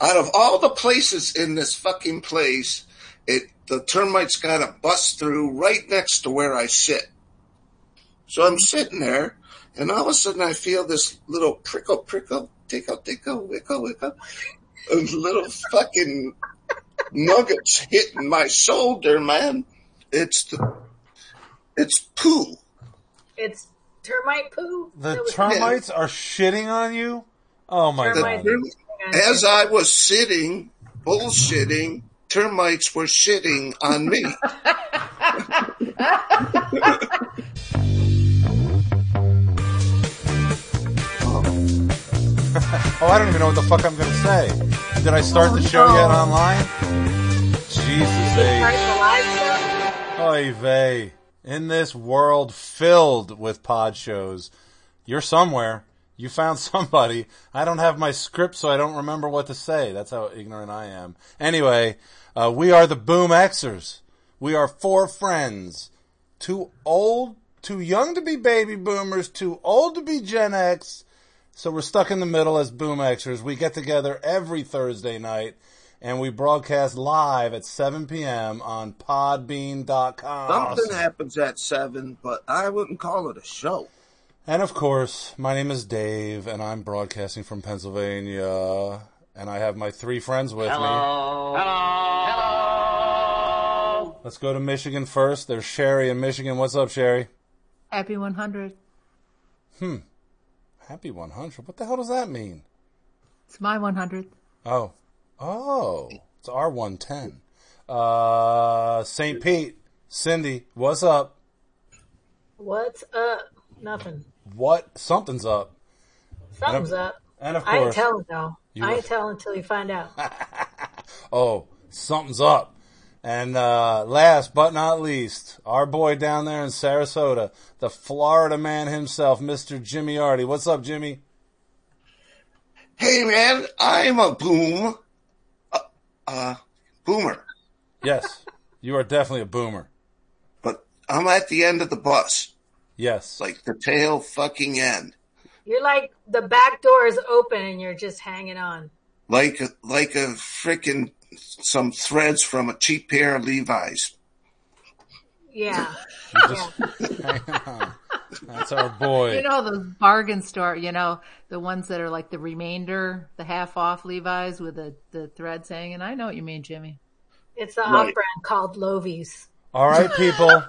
Out of all the places in this fucking place, it the termites got to bust through right next to where I sit. So I'm sitting there, and all of a sudden I feel this little prickle, prickle, tickle, tickle, wickle, wickle, and little fucking nuggets hitting my shoulder, man. It's the, it's poo. It's termite poo. That The was- termites are shitting on you. Oh my The Termites. god! term- as I was sitting, bullshitting, termites were shitting on me. Oh, I don't even know what the fuck I'm gonna say. Did I start the show yet Oh. online? Jesus Christ H. alive, though. Oy vey. In this world filled with pod shows, you're somewhere. You found somebody. I don't have my script, so I don't remember what to say. That's how ignorant I am. Anyway, uh, we are the Boom Xers. We are four friends. Too old, too young to be baby boomers, too old to be Gen X, So we're stuck in the middle as boom Xers. We get together every Thursday night and we broadcast live at 7 p.m. on podbean.com. Something happens at seven, but I wouldn't call it a show. And of course, my name is Dave and I'm broadcasting from Pennsylvania and I have my three friends with me. Hello. Let's go to Michigan first. There's Sherry in Michigan. What's up, Sherry? Hmm. Happy 100. Happy 100. What the hell does that mean? It's my 100. Oh. Oh. It's R110. Uh, St. Pete, Cindy, what's up? What's up? Nothing. What? Something's up. Something's And up. And of I ain't course, telling though. You I were- ain't telling until you find out. oh, something's up. And, uh, last but not least, our boy down there in Sarasota, the Florida man himself, Mr. Jimmy Artie. What's up, Jimmy? Hey man, I'm a boom, uh, uh, boomer, Yes. you are definitely a boomer. but I'm at the end of the bus, Yes. like the tail fucking end, You're like the back door is open and you're just hanging on. like a, like a frickin' some threads from a cheap pair of Levi's. Yeah. You just- That's our boy. You know those bargain store, you know, the ones that are like the remainder, the half off Levi's with the, the threads hanging. I know what you mean, Jimmy. It's the Right. off brand called Lovies. All right, people.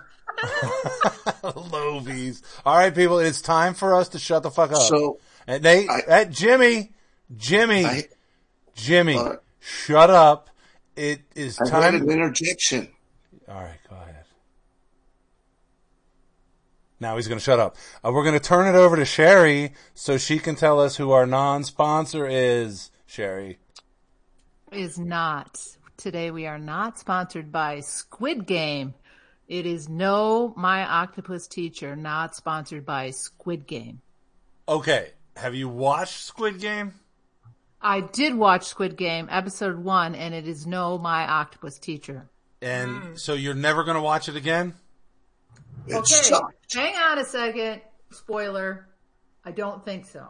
Lovies. All right, people. It's time for us to shut the fuck up. So and they, I- at Jimmy, Jimmy, I, Jimmy, Uh, shut up. It is I had time. an interjection. All right, go ahead. Now he's going to shut up. Uh, we're going to turn it over to Sherry so she can tell us who our non-sponsor is. Sherry. Is not. Today we are not sponsored by Squid Game. It is no My Octopus Teacher, not sponsored by Squid Game. Okay. Have you watched Squid Game? I did watch Squid Game episode one and it is no My Octopus Teacher. And so you're never going to watch it again? It sucked. Hang on a second. Spoiler. I don't think so.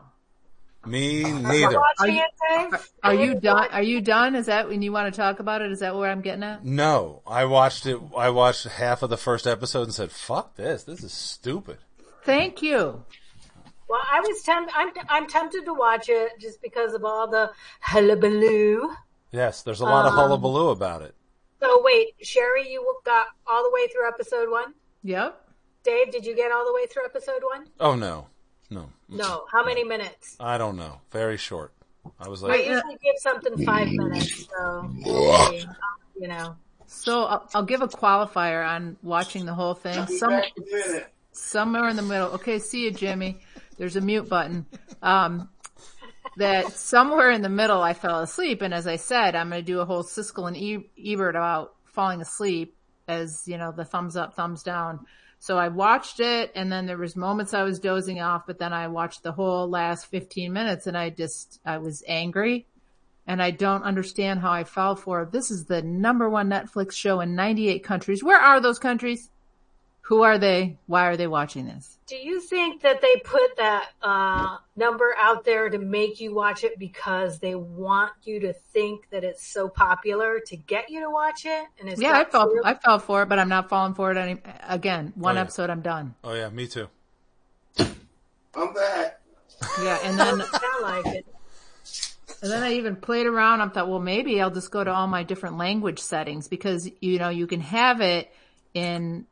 Me neither. Watching it, Dave? Are you done? Are you done? Is that when you want to talk about it? Is that where I'm getting at? No, I watched it. I watched half of the first episode and said, "Fuck this! This is stupid." Thank you. Well, I was temp- I'm I'm tempted to watch it just because of all the hullabaloo. Yes, there's a lot of hullabaloo about it. So wait, Sherry, you got all the way through episode one. Yep. Dave, did you get all the way through episode one? Oh no, no, No. How many Uh, minutes? I don't know. Very short. I was I like, usually give something five minutes, so we'll see. you know. So I'll, I'll give a qualifier on watching the whole thing. Some, somewhere in the middle. Okay, see you, Jimmy. There's a mute button. Um, that somewhere in the middle, I fell asleep, and as I said, I'm going to do a whole Siskel and E- Ebert about falling asleep, as you know, the thumbs up, thumbs down. So I watched it, and then there was moments I was dozing off, but then I watched the whole last 15 minutes, and I just I was angry and I don't understand how I fell for it. This is the number one Netflix show in 98 countries. Where are those countries? Who are they? Why are they watching this? Do you think that they put that uh, number out there to make you watch it because they want you to think that it's so popular to get you to watch it? And it's Yeah, I not fell, true? I fell for it, but I'm not falling for it any, again. One Oh, yeah. episode, I'm done. Oh yeah, me too. I'm back. Yeah. And then, sound like it. and then I even played around. I thought, well, maybe I'll just go to all my different language settings because, you know, you can have it in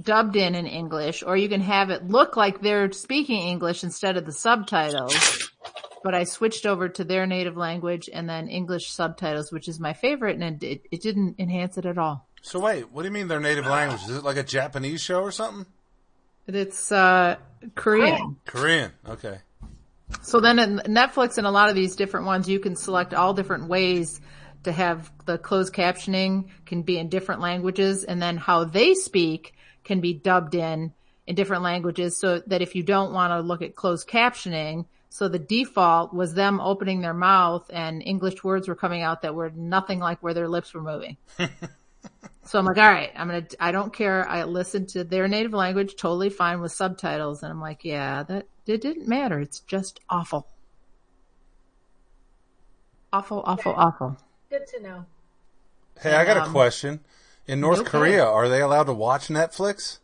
dubbed in in English or you can have it look like they're speaking English instead of the subtitles. But I switched over to their native language and then English subtitles, which is my favorite and it, it didn't enhance it at all. So wait, what do you mean their native language? Is it like a Japanese show or something? It's uh Korean. Korean. Okay. So then in Netflix and a lot of these different ones, you can select all different ways to have the closed captioning can be in different languages and then how they speak can be dubbed in in different languages so that if you don't want to look at closed captioning, so the default was them opening their mouth and English words were coming out that were nothing like where their lips were moving. So I'm like, all right, I'm gonna. I don't care. I listened to their native language, totally fine with subtitles, and I'm like, yeah, that it didn't matter. It's just awful, awful, awful, awful. Good to know. Hey, I got a Um, question. In North okay. Korea, are they allowed to watch Netflix?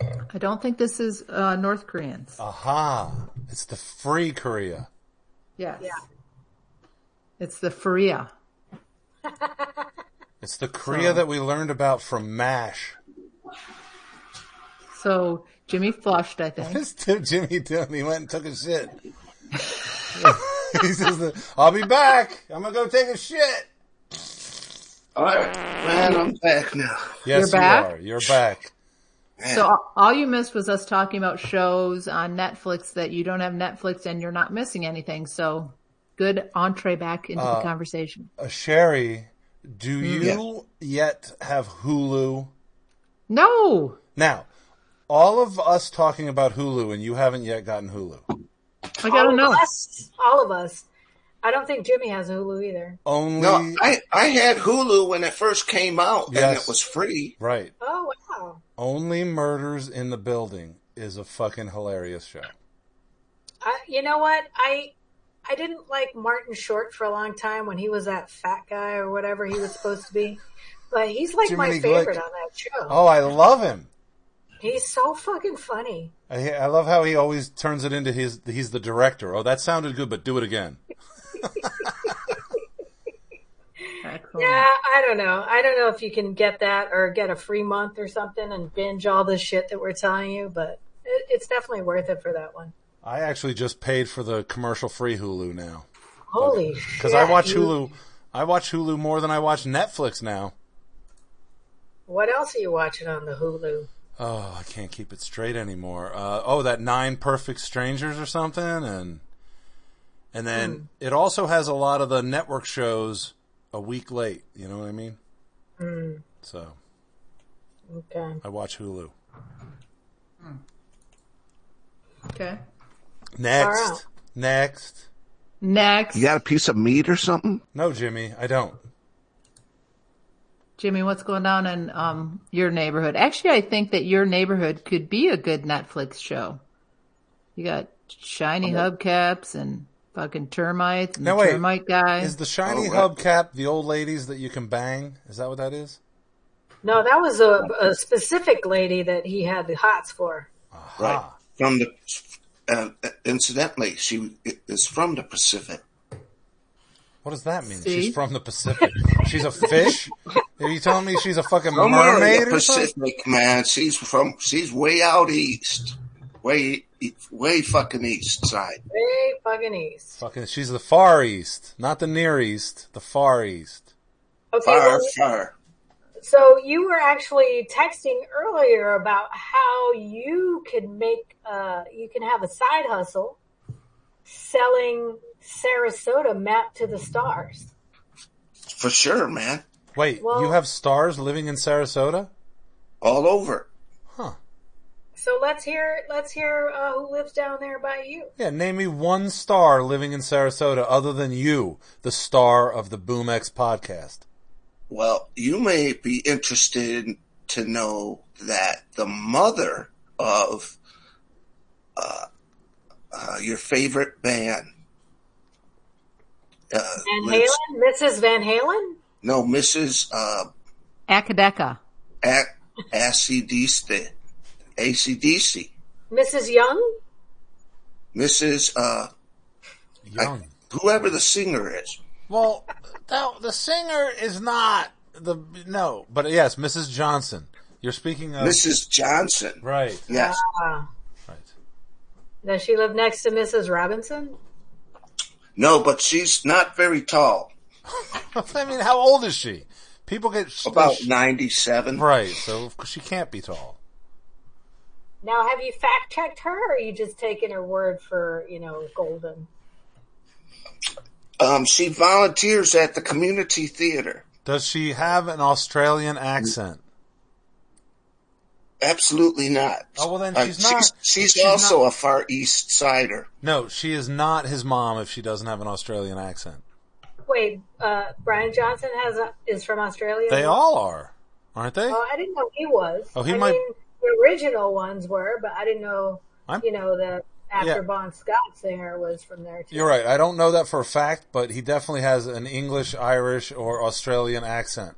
I don't think this is uh, North Koreans. Aha! It's the free Korea. Yes, Yeah. it's the Faria. It's the Korea that we learned about from MASH. So Jimmy flushed. I think This dude Jimmy doing? He went and took a shit. he says, that, "I'll be back. I'm gonna go take a shit." All right, man, I'm back now. Yes, You're you back? are. You're back. so. all- All you missed was us talking about shows on Netflix that you don't have Netflix and you're not missing anything. So good entree back into the conversation. Uh, Sherry, do you yet have Hulu? No. Now, all of us talking about Hulu, and you haven't yet gotten Hulu. I gotta know. Us, all of us. I don't think Jimmy has Hulu either. Only No, I, I had Hulu when it first came out, and Yes. it was free. right. Oh wow! Only murders in the building is a fucking hilarious show. I, you know what? I I didn't like Martin Short for a long time when he was that fat guy or whatever he was supposed to be. But he's like my Jiminy Glick. favorite on that show. Oh, I love him. He's so fucking funny. I, I love how he always turns it into his. He's the director. Oh, that sounded good, but do it again. Excellent. Yeah, I don't know. I don't know if you can get that or get a free month or something and binge all the shit that we're telling you, but it, it's definitely worth it for that one. I actually just paid for the commercial free Hulu now Holy because I watch Hulu. I watch Hulu more than I watch Netflix now. What else are you watching on the Hulu? Oh, I can't keep it straight anymore. Uh, oh, that Nine Perfect Strangers or something, and and then it also has a lot of the network shows a week late. You know what I mean? So Okay. I watch Hulu Okay. next. Alright. Next, Next, You got a piece of meat or something? no, Jimmy, I don't. Jimmy, what's going on in um, your neighborhood? Actually, I think that your neighborhood could be a good Netflix show. You got shiny hubcaps and fucking termites and Now, the wait. termite guy. Is the shiny Oh, right. hubcap the old ladies that you can bang? Is that what that is? No, that was a, a specific lady that he had the hots for. Right. From the, uh, incidentally, she is from the Pacific. What does that mean? See? She's from the Pacific. she's a fish. Are you telling me she's a fucking Somewhere in mermaid the or something? Pacific, man. She's from, she's way out east. Way, way fucking east side. Way fucking east. Fucking, she's the Far East, not the Near East, the Far East. Okay, Far, well, far. so you were actually texting earlier about how you could make, uh, you can have a side hustle selling Sarasota map to the stars. For sure, man. Wait, Well- you have stars living in Sarasota? All over. Huh. So let's hear, let's hear uh, who lives down there by you. Yeah, name me one star living in Sarasota other than you, the star of the BoomX podcast. Well, you may be interested to know that the mother of uh, uh, your favorite band, uh, Van let's- Halen, Mrs. Van Halen. no, Mrs. Uh, Akadeka. Ac- ACDC, ACDC, Mrs. Young? Mrs. Uh, Young. whoever the singer is. Well, no, the singer is not the no, but yes, Mrs. Johnson. You're speaking of Mrs. Johnson. right, Yes. Wow. right. Does she live next to Mrs. Robinson? No, but she's not very tall. I mean, how old is she? People get About 97. right, so of course she can't be tall. Now, have you fact checked her or are you just taking her word for, you know, golden? Um, she volunteers at the community theater. Does she have an Australian accent? Absolutely not. Uh, Oh, well, then she's She's, not- she's she's also not- a Far East Sider. No, she is not his mom if she doesn't have an Australian accent. Wait, uh, Brian Johnson has a, is from Australia? They all are, aren't they? Oh, I didn't know he was. Oh, he I might- mean, the original ones were, but I didn't know, I'm- you know, the after Yeah. Bon Scott singer was from there too. You're right. I don't know that for a fact, but he definitely has an English, Irish, or Australian accent.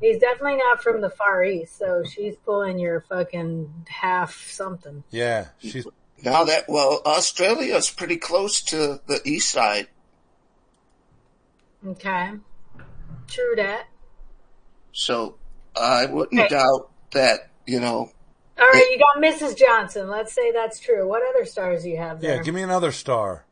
He's definitely not from the Far East, so she's pulling your fucking half something. Yeah, she's Now that, well, Australia's pretty close to the East Side. Okay. True that. So I wouldn't Okay. doubt that, you know, All right, you got Mrs. Johnson. Let's say that's true. What other stars do you have there? yeah. Give me another star.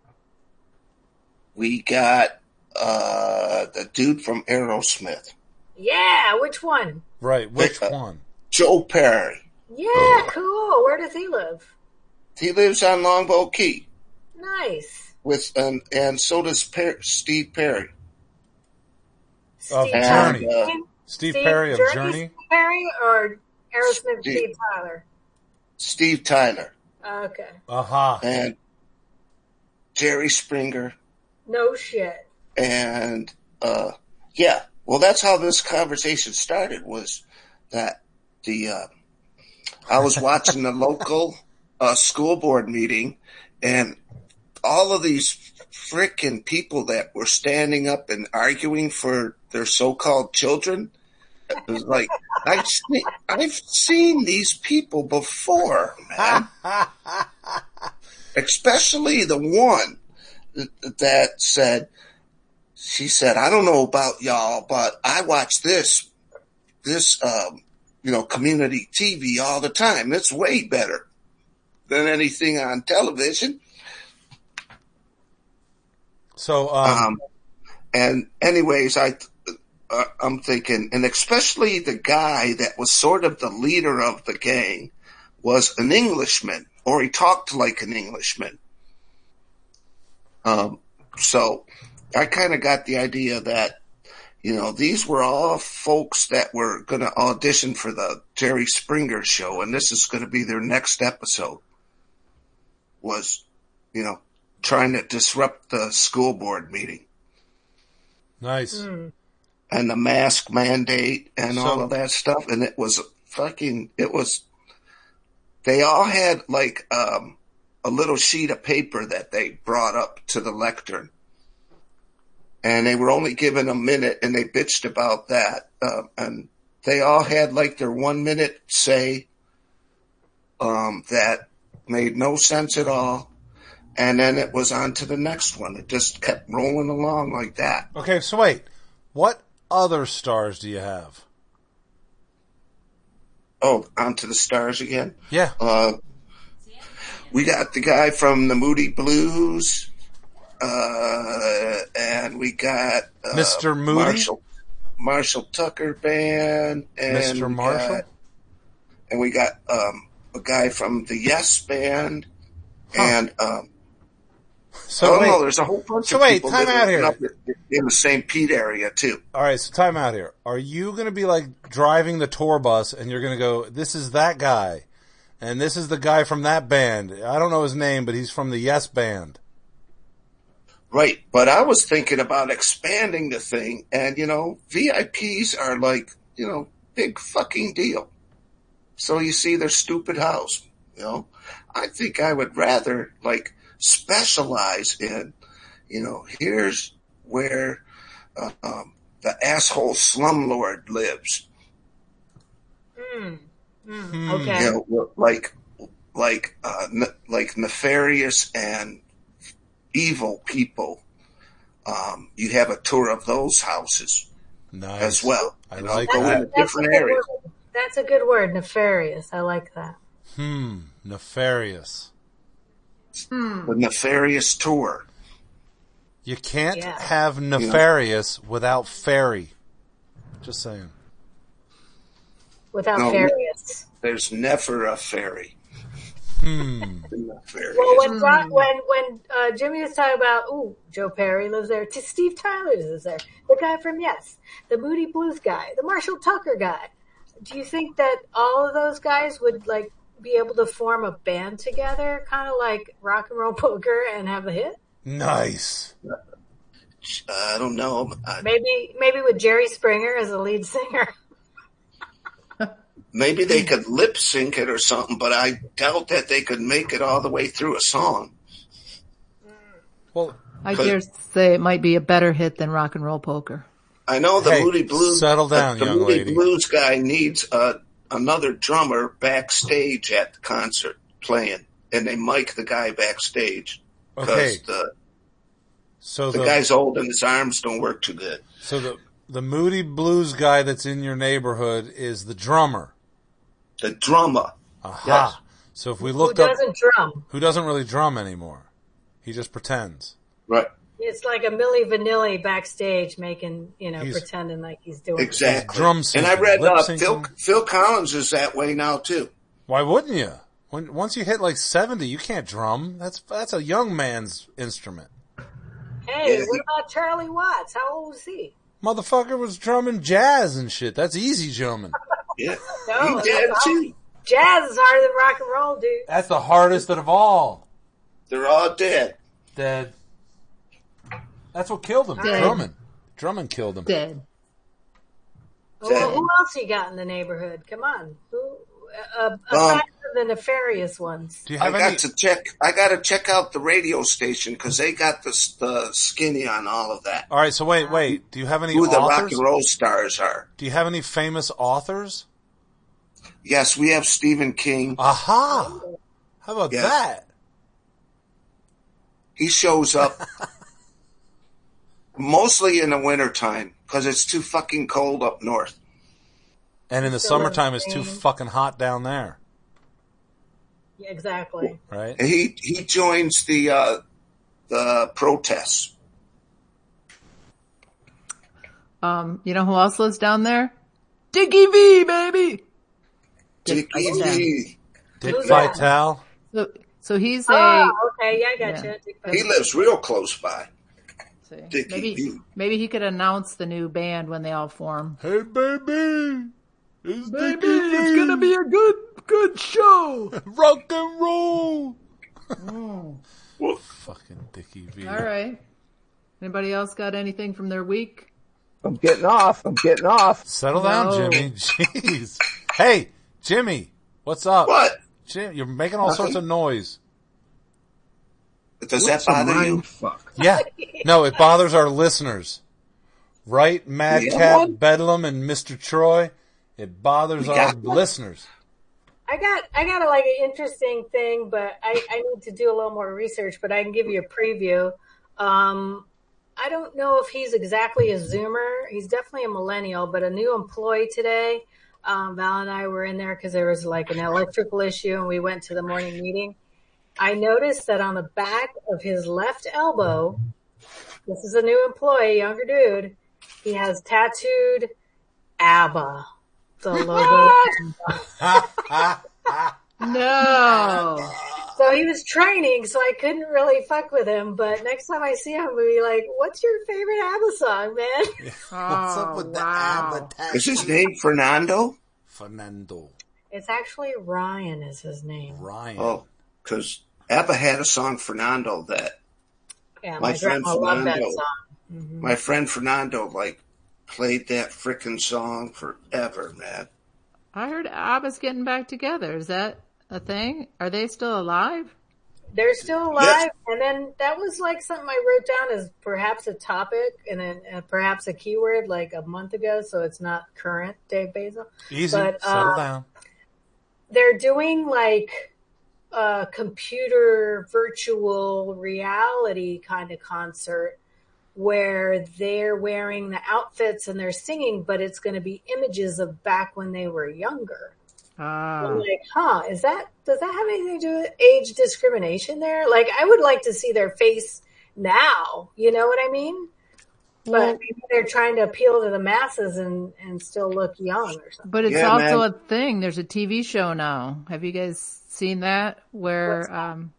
we got, uh, the dude from Aerosmith, Yeah, which one? Right. Which uh, one? Joe Perry. Yeah, Oh. cool. Where does he live? He lives on Longboat Key Nice. with, and, and so does per- Steve Perry. Of Steve Journey. And, uh, Steve Perry of Journey. Steve Perry or Aerosmith Steve. Steve Tyler? Oh, Steve Tyler Okay. Aha. and Jerry Springer No shit. and uh yeah well that's how this conversation started was that the uh i was watching the local uh school board meeting and all of these frickin' people that were standing up and arguing for their so-called children it was like I've seen, I've seen these people before man especially the one that said she said, I don't know about y'all, but I watch this, this, um, you know, community TV all the time. It's way better than anything on television. So, um, Um, and anyways, I, uh, I'm thinking, and especially the guy that was sort of the leader of the gang was an Englishman, or he talked like an Englishman. Um, so I kind of got the idea that, you know, these were all folks that were going to audition for the Jerry Springer show, and this is going to be their next episode. Was, you know, trying to disrupt the school board meeting nice. and the mask mandate and So- all of that stuff. And it was fucking, it was, they all had like, um, a little sheet of paper that they brought up to the lectern. And they were only given a minute and they bitched about that. Um, and they all had like their one minute say, um, that made no sense at all. And then it was on to the next one. It just kept rolling along like that. Okay. So wait, what other stars do you have? Oh, onto the stars again. Yeah. Uh, we got the guy from the Moody Blues, uh, and we got uh, Mr. Moody? Marshall, Marshall Tucker Band, and uh, we Mr. got- Marshall? and we got um, a guy from the Yes Band, Huh. and um, So oh wait. no, there's a whole bunch So of wait, people time that out are here. up in- in the St. Pete area too. All right, so time out here. Are you going to be like driving the tour bus and you're going to go, this is that guy, and this is the guy from that band? I don't know his name, but he's from the Yes Band. Right. But I was thinking about expanding the thing and you know, VIPs are like, you know, big fucking deal. So you see their stupid house, you know. I think I would rather like specialize in, you know, here's where uh, um, the asshole slumlord lives. Mm, Hmm. mm, okay. You know, like like uh, ne- like nefarious and evil people. Um, you have a tour of those houses Nice. as well. I You know, like go that. into different areas. Word. That's a good word, nefarious. I like that. Hmm. Nefarious. The nefarious tour. You can't Yeah. have nefarious without fairy. Just saying. Without No. farious. There's never a fairy. Hmm. Nefarious. Well, when Bri- when when uh, Jimmy was talking about, ooh, Joe Perry lives there. T- Steve Tyler lives there. The guy from Yes, the Moody Blues guy, the Marshall Tucker guy. Do you think that all of those guys would like be able to form a band together, kind of like rock and roll poker, and have a hit? Nice. I don't know. Uh, Maybe maybe with Jerry Springer as the lead singer. maybe they could lip sync it or something, but I doubt that they could make it all the way through a song. Well, I dare say it might be a better hit than rock and roll poker. I know the Hey, Moody Blues. settle down, the, the young Moody lady. Blues guy needs uh, another drummer backstage at the concert playing, and they mic the guy backstage because okay. the So the the, guy's old and his arms don't work too good. so the the moody blues guy that's in your neighborhood is the drummer. The drummer, Aha. So if we Who looked up doesn't drum? who doesn't really drum anymore, he just pretends. right? It's like a Millie Vanilli backstage making, you know, He's- pretending like he's doing Exactly. Drum and I syncing, read lip uh, syncing. Phil Phil Collins is that way now too. Why wouldn't you? When once you hit like seventy, you can't drum. That's that's a young man's instrument. Hey, Yeah. what about Charlie Watts? How old is he? Motherfucker was drumming jazz and shit. That's easy drumming. Yeah, No, he did that's too. Jazz is harder than rock and roll, dude. That's the hardest of all. They're all dead. Dead. That's what killed him. Dead. Drumming. Drumming killed him. Dead. Well, who else you got in the neighborhood? Come on, who uh, Um, aside from the nefarious ones? Do you I have any? got to check. I got to check out the radio station because they got the, s- the skinny on all of that. All right. So wait, wait. Do you have any Who the rock authors? and roll stars are? Do you have any famous authors? Yes, we have Stephen King. Uh-huh. Aha! How about Yes. that? He shows up mostly in the wintertime because it's too fucking cold up north. And in the Still summertime, it's too insane. fucking hot down there, Yeah, Exactly. right? And he he joins the uh, the protests. Um, you know who else lives down there? Dickie V, baby. Dick Dickie Vitale. Lee. Dick Who's that? Vitale. So, so he's a Oh, okay, yeah, I got Yeah. He you. lives real close by. say, Dickie maybe V. maybe he could announce the new band when they all form. Hey, baby, it's Baby, it's gonna be a good good show. rock and roll. Fucking Dickie V. All right. Anybody else got anything from their week? I'm getting off. I'm getting off. Settle down, No. Jimmy. Jeez. Hey, Jimmy, what's up? What? Jim, you're making all sorts of noise. Does that bother you? Yeah. No, it bothers our listeners. Right? Madcap, one? Bedlam, and Mr. Troy. It bothers We our got one? listeners. I got I got a, like an interesting thing, but I, I need to do a little more research. But I can give you a preview. Um, I don't know if he's exactly a Zoomer. He's definitely a millennial, but a new employee today. Um, Val and I were in there because there was like an electrical issue, and we went to the morning meeting. I noticed that on the back of his left elbow, this is a new employee, younger dude. He has tattooed ABBA, the logo. No. So he was training, so I couldn't really fuck with him. But next time I see him, I'll be like, "What's your favorite ABBA song, man?" What's up with Oh, wow. the Is avatar? his name Fernando? Fernando It's actually Ryan is his name. Ryan. Oh, because Abba had a song Fernando that Yeah, My my, friend grandma loved that Fernando. song. my friend Fernando like played that frickin' song forever, man. I heard ABBA's getting back together. Is that a thing? Are they still alive? They're still alive. Yes. And then that was like something I wrote down as perhaps a topic and then uh, perhaps a keyword like a month ago. So it's not current, Dave Basil. Easy, But, uh, settle down. They're doing like a computer virtual reality kind of concert where they're wearing the outfits and they're singing, but it's going to be images of back when they were younger. I'm Ah, like, huh, is that, does that have anything to do with age discrimination there? Like, I would like to see their face now. You know what I mean? Well- But maybe they're trying to appeal to the masses and, and still look young or something. but it's Yeah, also man. a thing. There's a TV show now. Have you guys seen that? Where um,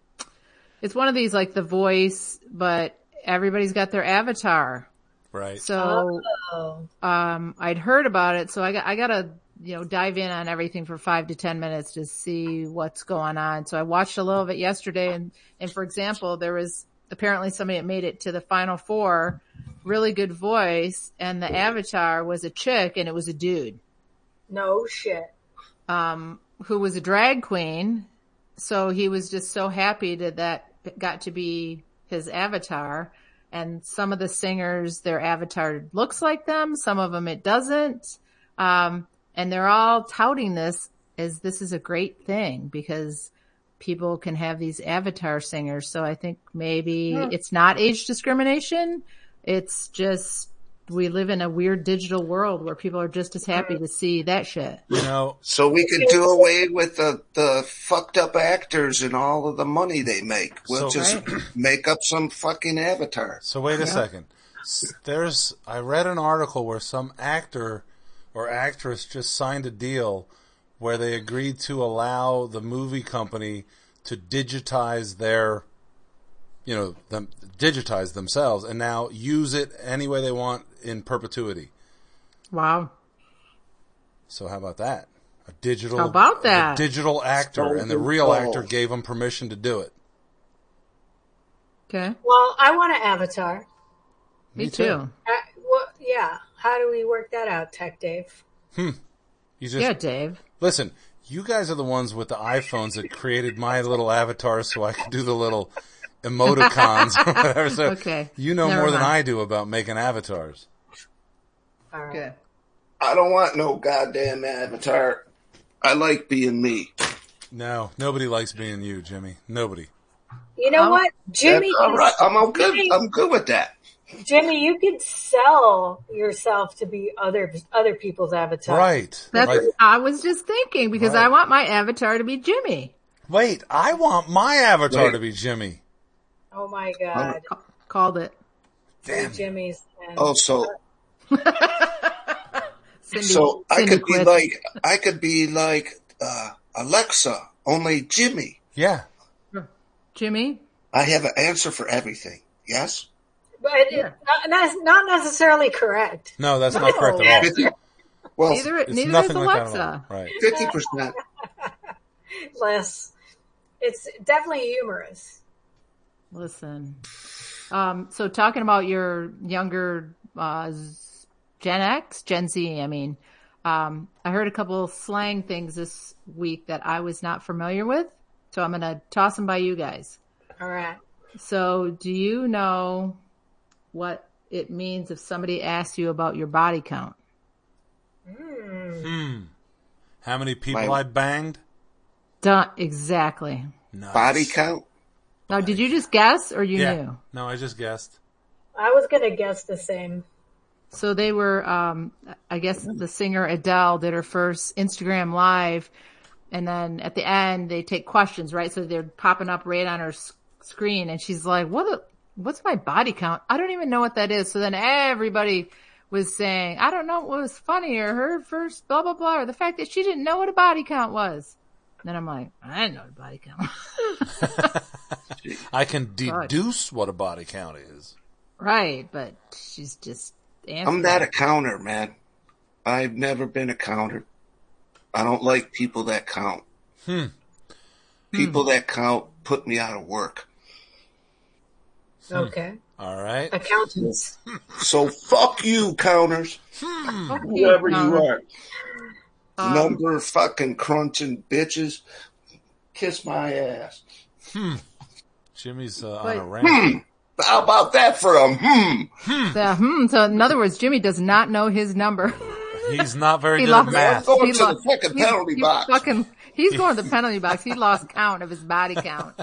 it's one of these like The Voice, but everybody's got their avatar. Right. So Oh, um, I'd heard about it, so I got I got to you know dive in on everything for five to ten minutes to see what's going on. So I watched a little of it yesterday, and and for example, there was apparently somebody that made it to the final four, really good voice, and the avatar was a chick, and it was a dude no shit. um, who was a drag queen. So he was just so happy that that got to be his avatar. And some of the singers, their avatar looks like them. Some of them it doesn't. Um, and they're all touting this as this is a great thing because people can have these avatar singers. So I think maybe it's not age discrimination. It's just we live in a weird digital world where people are just as happy to see that shit. You know, So we could do away with the, the fucked up actors and all of the money they make. We'll So- just make up some fucking avatar. So wait a second. S- There's I read an article where some actor or actress just signed a deal where they agreed to allow the movie company to digitize their you know, them digitize themselves and now use it any way they want in perpetuity. Wow. So how about that? A digital How about a that? digital actor and the Stolen real balls. actor gave him permission to do it. Okay. Well, I want an avatar. Me, Me too. too. Uh, well, yeah. How do we work that out, Tech Dave? You just Yeah, Dave. Listen, you guys are the ones with the iPhones that created my little avatar so I could do the little emoticons or whatever. So Okay. you know Never more than mind. I do about making avatars. All right. Okay. I don't want no goddamn avatar. I like being me. No, nobody likes being you, Jimmy. Nobody. You know Oh. what? Jimmy, Um, That's all right. I'm all good. Jimmy- I'm good with that. Jimmy, you could sell yourself to be other, other people's avatar. Right. That's Like, what I was just thinking because Right. I want my avatar to be Jimmy. wait, I want my avatar Wait. to be Jimmy. Oh my God. Ca- Called it. Damn. Jimmy's. and- Oh, so Cindy, so I Cindy could be quit. like I could be like uh, Alexa, only Jimmy. Yeah. Jimmy. I have an answer for everything. Yes. But it- Yeah. not, that's not necessarily correct. No, that's not correct at all. 50, well, Neither It's neither is nothing like that at Alexa. all. Right. fifty percent. Less. It's definitely humorous. Listen. Um, so talking about your younger uh, Z- Gen X, Gen Z, I mean, um, I heard a couple slang things this week that I was not familiar with, so I'm going to toss them by you guys. All right. So, do you know what it means if somebody asks you about your body count? How many people My- I banged? Done exactly. Nice. Body count. Now, did you just guess or you Yeah. knew? No, I just guessed. I was going to guess the same. So they were, um, I guess the singer Adele did her first Instagram live and then at the end they take questions, right? So they're popping up right on her s- screen and she's like, what, the- what's my body count? I don't even know what that is. So then everybody was saying, I don't know what was funny or her first blah, blah, blah, or the fact that she didn't know what a body count was. And then I'm like, I didn't know what a body count was. I can deduce what a body count is. right. But she's just answering. I'm not a counter, man. I've never been a counter. I don't like people that count. People that count put me out of work. Hmm. Okay. All right. Accountants. So fuck you, counters, Fuck you, whoever you Connor. are. Um, number fucking crunching bitches. Kiss my ass. Jimmy's uh, on Wait. a rant. How about that for a hmm? the- hmm, so in other words, Jimmy does not know his number. He's not very He good at lost. math. Going he to the lost- fucking he's- penalty he's box. Fucking, he's going to the penalty box. He lost count of his body count.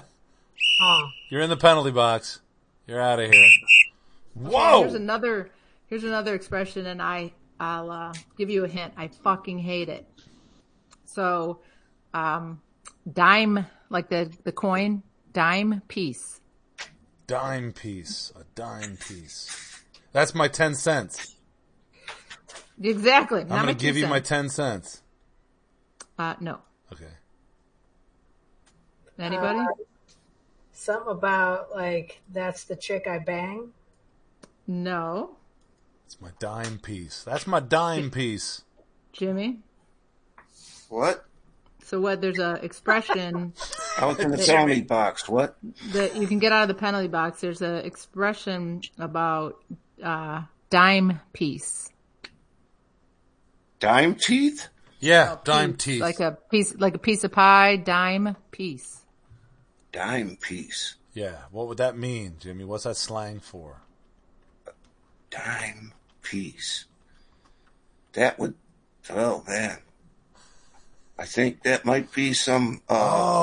Huh. You're in the penalty box. You're out of here. Oh. Here's Whoa! another. Here's another expression, and I I'll uh, give you a hint. I fucking hate it. So, um, dime like the the coin dime piece. Dime piece. A dime piece. That's my 10 cents. Exactly. I'm going to give you my 10 cents. Uh, no. Okay. Anybody? Uh, Something about like that's the chick I bang. no. It's my dime piece. That's my dime piece. Jimmy. What? So what? There's a expression I was in the penalty box. What? that you can get out of the penalty box. There's a expression about uh, dime piece, Dime teeth? Yeah, dime teeth. like a piece, like a piece of pie, dime piece. Dime piece. yeah, what would that mean, Jimmy? What's that slang for? Dime piece. That would. Oh man. I think that might be some. Uh,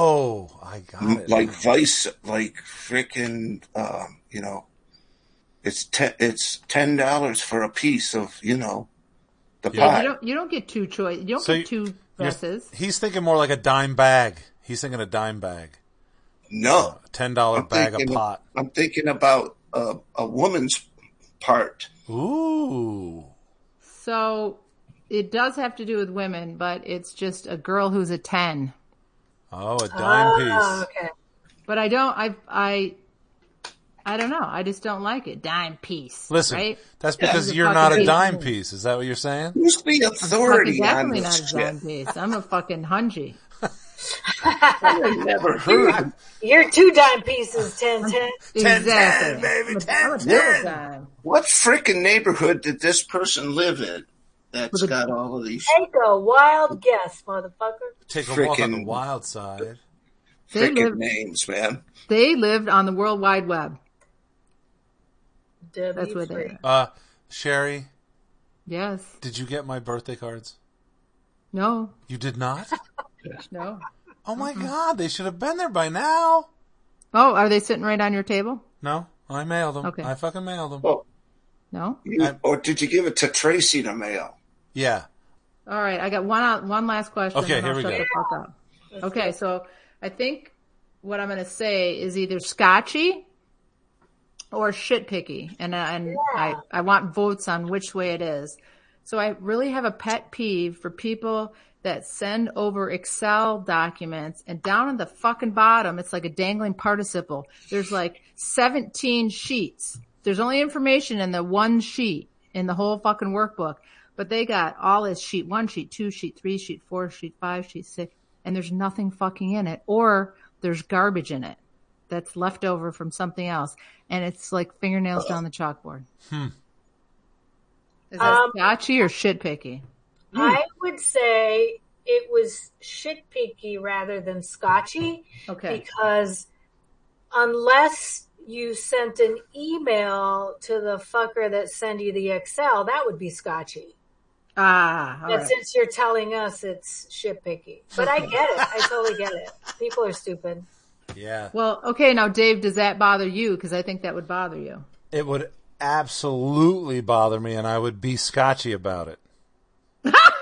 Oh, I got m- it. like vice like freaking um you know it's ten it's ten dollars for a piece of you know the Yeah. You pie don't, you don't get two choice. You don't So get you- two you're- guesses. He's thinking more like a dime bag. He's thinking a dime bag. no A $10 bag of thinking, pot. i'm thinking about a, a woman's part Ooh. So it does have to do with women, but it's just a girl who's a ten. Oh, a dime Oh, piece. okay. But I don't. I I I don't know. I just don't like it. Dime piece. Listen, right? that's because He's a you're not a fucking- dime piece. Is that what you're saying? who's the Fucking authority on definitely not this a shit dime piece. I'm a fucking hungy. i never heard You're two dime pieces, ten ten. Exactly. baby, I'm a- ten, I'm a ten. double dime. what freaking neighborhood did this person live in that's got all of these Take a wild guess, motherfucker. Take a walk on the Frickin- wild side. They freaking live- names man They lived on the World Wide Web. W That's where they three. are. Uh, Sherry, Yes. did you get my birthday cards? No. You did not? No. Oh my god, they should have been there by now. Oh, are they sitting right on your table? No, I mailed them. Okay. I fucking mailed them. oh, No. you- I- or did you give it to tracy to mail Yeah. All right. I got one out, one last question. Okay, and here I'll we shut go. the fuck up. Okay. So I think what I'm going to say is either scotchy or shit picky. And, I- and I, I want votes on which way it is. So I really have a pet peeve for people that send over Excel documents and down in the fucking bottom, it's like a dangling participle. There's like 17 sheets. There's only information in the one sheet in the whole fucking workbook, but they got all this sheet one, sheet two, sheet three, sheet four, sheet five, sheet six, and there's nothing fucking in it or there's garbage in it that's left over from something else. And it's like fingernails down the chalkboard. Is that Um, scotchy or shit picky? I would say it was shit peaky rather than scotchy. Okay. Because unless you sent an email to the fucker that sent you the Excel, that would be scotchy. Ah, all But right. since you're telling us it's shit picky. But I get it. I totally get it. People are stupid. Yeah. Well, okay, now Dave, does that bother you? Because I think that would bother you. It would absolutely bother me and I would be scotchy about it.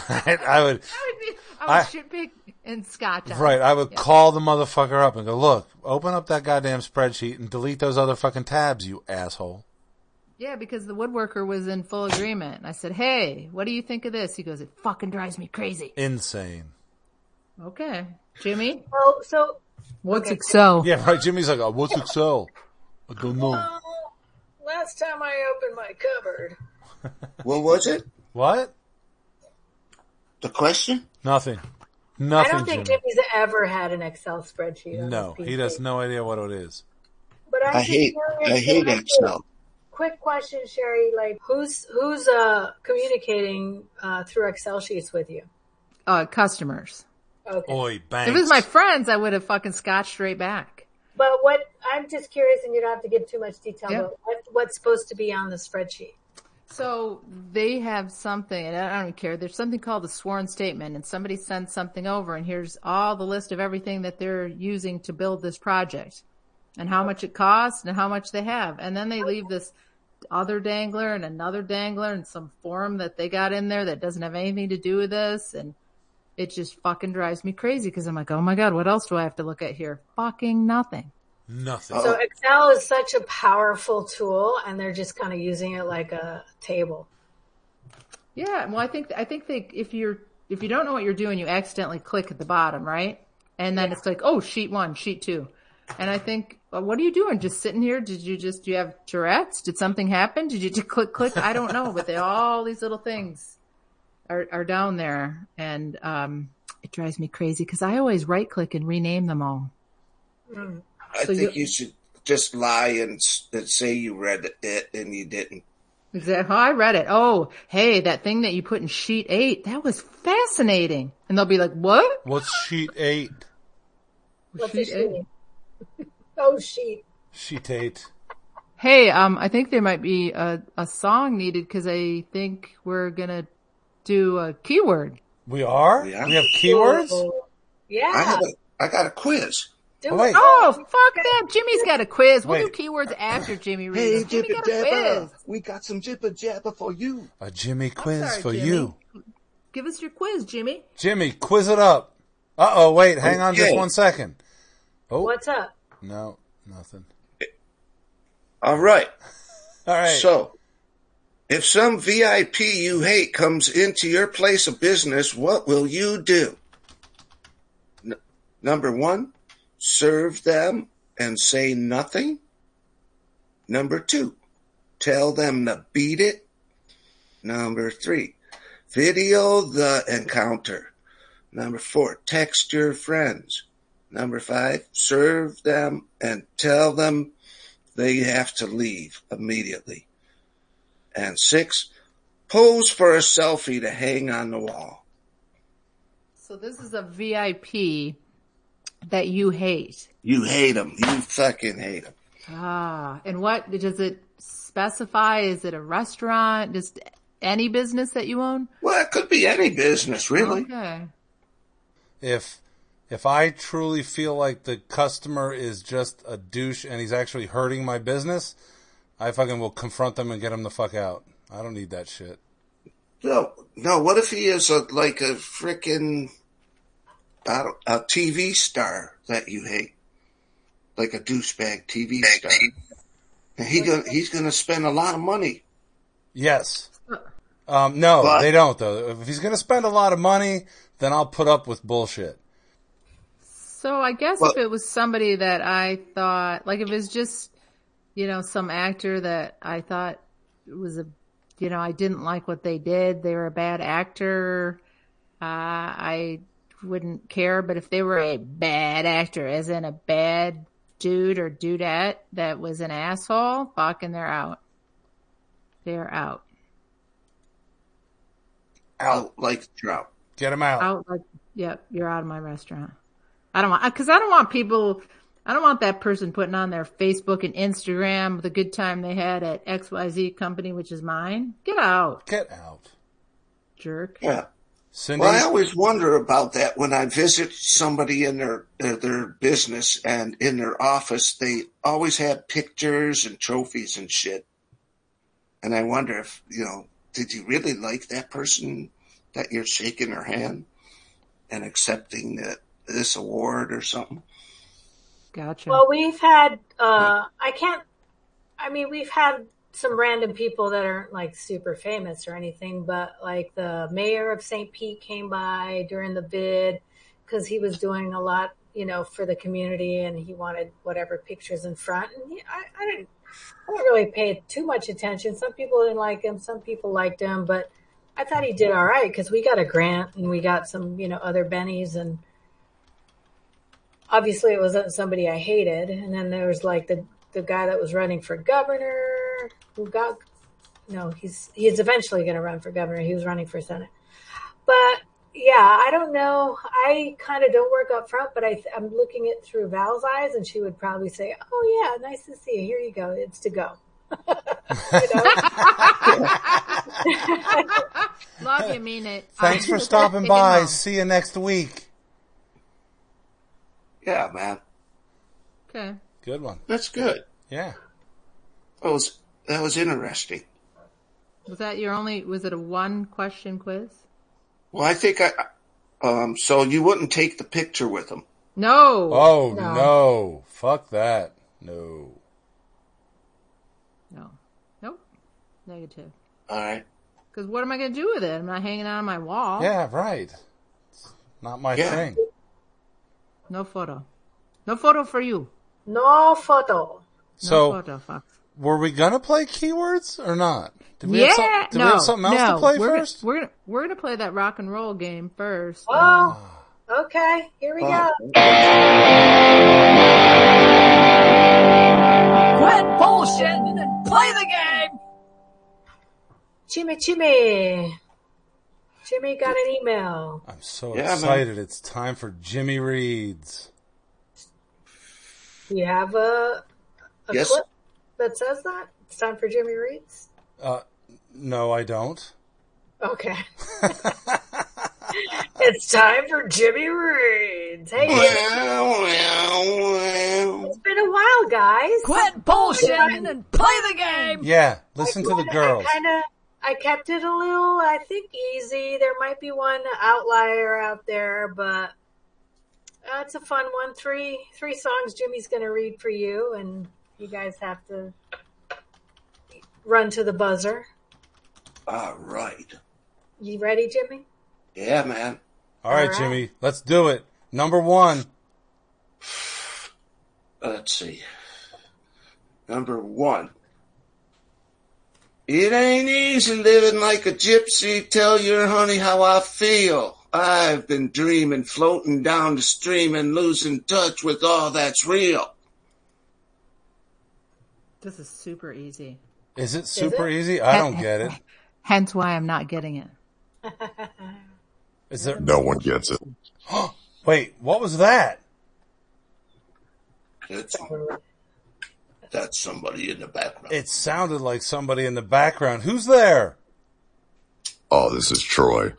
I, I would I I- would shit pick and scotch. on. Right, I would call the motherfucker up and go, "Look, open up that goddamn spreadsheet and delete those other fucking tabs, you asshole." Yeah, because the woodworker was in full agreement. I said, "Hey, what do you think of this?" He goes, "It fucking drives me crazy." Insane. Okay, Jimmy, So, so what's Okay. Excel? Yeah, right. Jimmy's like, oh, "What's Excel?" I don't know. oh, last time I opened my cupboard, what was it What? the question Nothing. I Nothing. don't think Jimmy. Jimmy's ever had an Excel spreadsheet. on No, his he PC. has no idea what it is. But I'm I just hate curious I hate about Excel. quick question, Sherry. Like, who's who's uh communicating uh through Excel sheets with you? Uh, customers. Okay. Oi, If banks. it was my friends, I would have fucking scotched straight back. But what I'm just curious, and you don't have to give too much detail. Yeah. But what, what's supposed to be on the spreadsheet? So they have something, and I don't care. There's something called the sworn statement, and somebody sends something over, and here's all the list of everything that they're using to build this project, and how much it costs, and how much they have, and then they leave this other dangler and another dangler and some form that they got in there that doesn't have anything to do with this, and it just fucking drives me crazy because I'm like, oh my god, what else do I have to look at here? Fucking nothing. Nothing. So Oh. Excel is such a powerful tool, and they're just kind of using it like a table. Yeah, well, I think I think they if you're if you don't know what you're doing, you accidentally click at the bottom, right? And then it's like, oh, sheet one, sheet two, and I think, well, what are you doing? Just sitting here? Did you just do you have Tourette's? Did something happen? Did you just click click? I don't know, but they all these little things are are down there, and um, it drives me crazy because I always right click and rename them all. I so think you- you should just lie and, s- and say you read it and you didn't. Exactly. Oh, I read it. Oh, hey, that thing that you put in sheet eight, that was fascinating. And they'll be like, what? What's sheet eight? What's a sheet? Oh, sheet. Sheet eight. Hey, um, I think there might be a, a song needed because I think we're gonna do a keyword. We are? Yeah. We have keywords? Oh. Yeah. I have a, I got a quiz. do Oh, wait. it. Oh, fuck that! Jimmy's got a quiz. We'll Wait. do keywords after Jimmy Hey, reads. them. Jimmy Jibba got a Jabba, quiz. we got some Jibba Jabba for you. A Jimmy I'm quiz sorry, for Jimmy. you. Give us your quiz, Jimmy. Jimmy, quiz it up. Uh oh, wait, hang on just Okay. one second. Oh, What's up? no, nothing. All right. All right. So, if some VIP you hate comes into your place of business, what will you do? N- number one, serve them and say nothing. Number two, tell them to beat it. Number three, video the encounter. Number four, text your friends. Number five, serve them and tell them they have to leave immediately. And six, pose for a selfie to hang on the wall. So this is a VIP that you hate. You hate them. You fucking hate them. Ah, and what does it specify? Is it a restaurant? Just any business that you own? Well, it could be any business, really. Okay. if if I truly feel like the customer is just a douche and he's actually hurting my business, I fucking will confront them and get them the fuck out. I don't need that shit. No, no. What if he is a, like a freaking, I don't, a TV star that you hate, like a douchebag TV star? And he gonna, he's gonna spend a lot of money. Yes. Um, no, But- they don't though. If he's gonna spend a lot of money, then I'll put up with bullshit. So I guess Well- if it was somebody that I thought, like if it was just, you know, some actor that I thought was a, you know, I didn't like what they did. They were a bad actor. Uh, I wouldn't care. But if they were a bad actor, as in a bad dude or dudette that was an asshole, fucking they're out. They're out. Out like a trout. Get him out. out like yep you're out of my restaurant i don't want because i don't want people i don't want that person putting on their facebook and instagram the good time they had at xyz company which is mine get out Get out. jerk Yeah. Cindy, Well, I always wonder about that when I visit somebody in their uh, their business and in their office, they always have pictures and trophies and shit. And I wonder if you know, did you really like that person that you're shaking their hand and accepting that this award or something? gotcha Well, we've had, uh, I can't, I mean, we've had some random people that aren't like super famous or anything, but like the mayor of St. Pete came by during the bid because he was doing a lot, you know, for the community and he wanted whatever pictures in front. And he, I, I didn't, I didn't really pay too much attention. Some people didn't like him, some people liked him, but I thought he did all right because we got a grant and we got some, you know, other bennies and obviously it wasn't somebody I hated. And then there was like the, the guy that was running for governor. Gog. No, he's he's eventually going to run for governor. He was running for senate, but yeah, I don't know. I kind of don't work up front, but I, I'm looking it through Val's eyes, and she would probably say, "Oh yeah, nice to see you. Here you go. It's to go." You know? ah, Love you, mean it. Thanks for stopping Taking by. home. See you next week. Yeah, man. Okay. Good one. That's good. Yeah. That was that was interesting. Was that your only? Was it a one question quiz? Well, I think I. Um, so you wouldn't take the picture with him. No. Oh no. No. Fuck that. No. No. Nope. Negative. All right. Because what am I going to do with it? I'm not hanging out on my wall. Yeah, right. It's not my Yeah. thing. No photo. No photo for you. no photo. No So photo, Fox. were we gonna play keywords or not? Did we yeah. have, some, did no. we have something else no. to play we're 1st Gonna, we're gonna, we're going to play that rock and roll game first. Oh, okay. Here we go. Quit bullshitting and play the game! Jimmy, Jimmy. Jimmy got an email. I'm so Yeah, man. excited. It's time for Jimmy Reads. You have a, a Yes. clip that says that? It's time for Jimmy Reads? Uh, no, I don't. Okay. it's time for Jimmy Reads. Hey, it's Well, well, well. been a while, guys. Quit bullshitting and play the game! Yeah, listen to the girls. I kind of I kept it a little, I think, easy. There might be one outlier out there, but uh, it's a fun one. Three three songs Jimmy's going to read for you, and you guys have to run to the buzzer. All right. You ready, Jimmy? Yeah, man. All right, All right. Jimmy, let's do it. Number one. Let's see. Number one. It ain't easy living like a gypsy. Tell your honey how I feel. I've been dreaming, floating down the stream and losing touch with all that's real. This is super easy. Is it super easy? I don't get it. Hence why I'm not getting it. Is there? No one gets it. Wait, what was that? That's, that's somebody in the background. It sounded like somebody in the background. Who's there? Oh, this is Troy.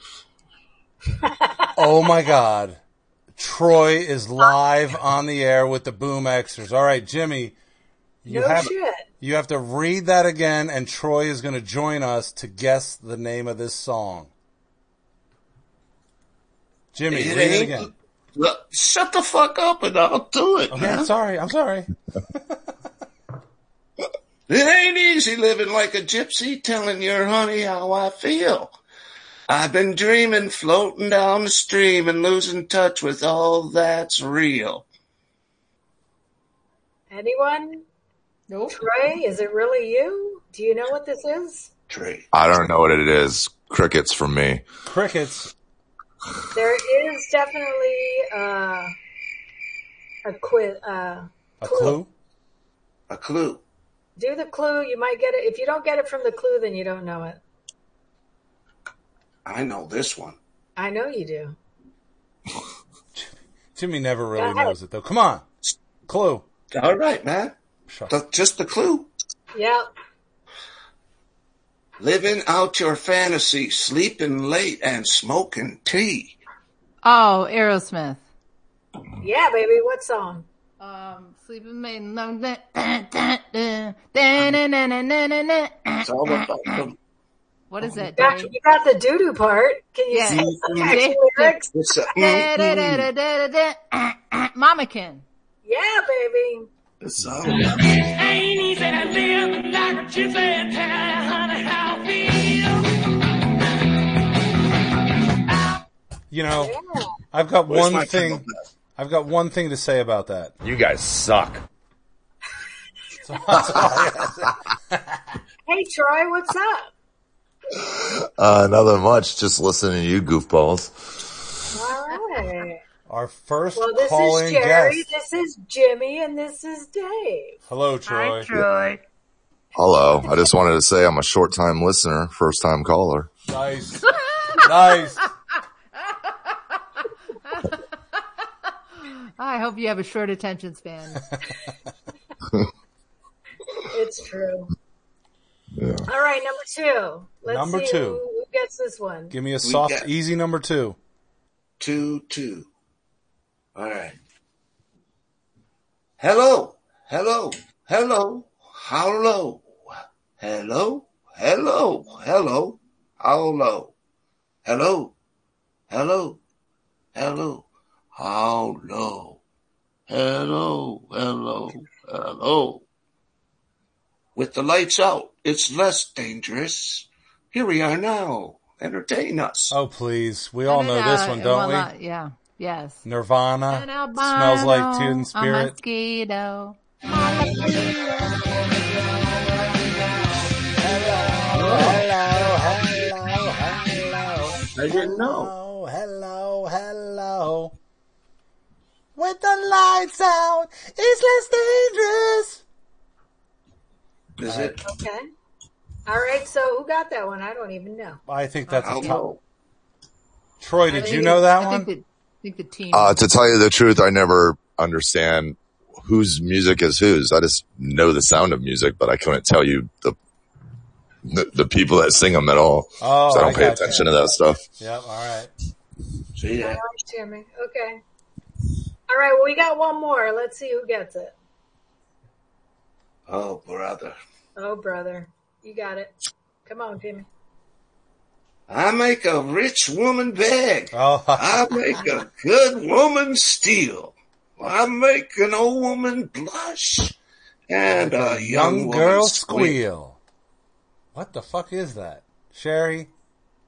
Oh my God. Troy is live on the air with the Boom Xers. All right, Jimmy, you no have shit. you have to read that again, and Troy is going to join us to guess the name of this song. Jimmy, It read it ain't- again. Look, shut the fuck up and I'll do it. Okay, man. I'm sorry. I'm sorry. It ain't easy living like a gypsy, telling your honey how I feel. I've been dreaming, floating down the stream and losing touch with all that's real. Anyone? Nope. Trey, is it really you? Do you know what this is? Tree. I don't know what it is. Crickets from me. Crickets. There is definitely uh, a quiz. Uh, A clue. A clue. do the clue. You might get it. If you don't get it from the clue, then you don't know it. I know this one. I know you do. Jimmy never Go really ahead. knows it though. Come on. Clue. All right, man. Shut Th- just the clue. Yep. Living out your fantasy, sleeping late and smoking tea. Oh, Aerosmith. Yeah, baby. What song? Um, sleeping maiden. Dun, dun, dun, dun, dun, dun, dun, dun, dun, dun, dun, dun. It's all about the What is that? Got, Dave? you got the doo doo part. Can you Yeah. say the actual Yeah. lyrics? it's a- Da, da, da, da, da, da, da. Mamakin. Yeah, baby. it's all about- Ain't easy to live like a gypsy and tell your honey how I feel. You know, Yeah. I've got Where's one my thing. trouble now? I've got one thing to say about that. You guys suck. Hey, Troy, what's up? Uh, nothing much. Just listening to you goofballs. All right. Our first Well, this is call-in Jerry. guest. This is Jimmy, and this is Dave. Hello, Troy. Troy. Hello. I just wanted to say I'm a short time listener, first time caller. Nice. nice. I hope you have a short attention span. It's true. Yeah. All right, number two. Let's Number see two. Who, who gets this one? Give me a soft, got- easy number two. two two. All right. Hello, hello, hello, hello, hello, hello, hello, hello, hello, hello, hello, hello, hello, hello, hello. With the lights out, it's less dangerous. Here we are now. Entertain us. Oh, please. We all In know and this out one, in don't we? lot. uh, Yeah. Yes. Nirvana. An Smells like albino, teen A spirit. mosquito. I didn't know. Hello, hello, hello. With the lights out, it's less dangerous. Is it? Okay. All right, so who got that one? I don't even know. I think that's a I'll top. go. Troy, I did you think know it- that I one? Think the, I think the team. Uh, to tell you the truth, I never understand whose music is whose. I just know the sound of music, but I couldn't tell you the, the, the people that sing them at all. Oh, 'Cause I don't I pay gotcha. attention to that stuff. Yep, all right. See All that? right, Jimmy. Okay. All right, well, we got one more. Let's see who gets it. Oh, brother. Oh, brother. You got it. Come on, Jimmy. I make a rich woman beg. Oh, I make a good woman steal. I make an old woman blush and a young, young woman girl squeal. squeal. What the fuck is that? Sherry?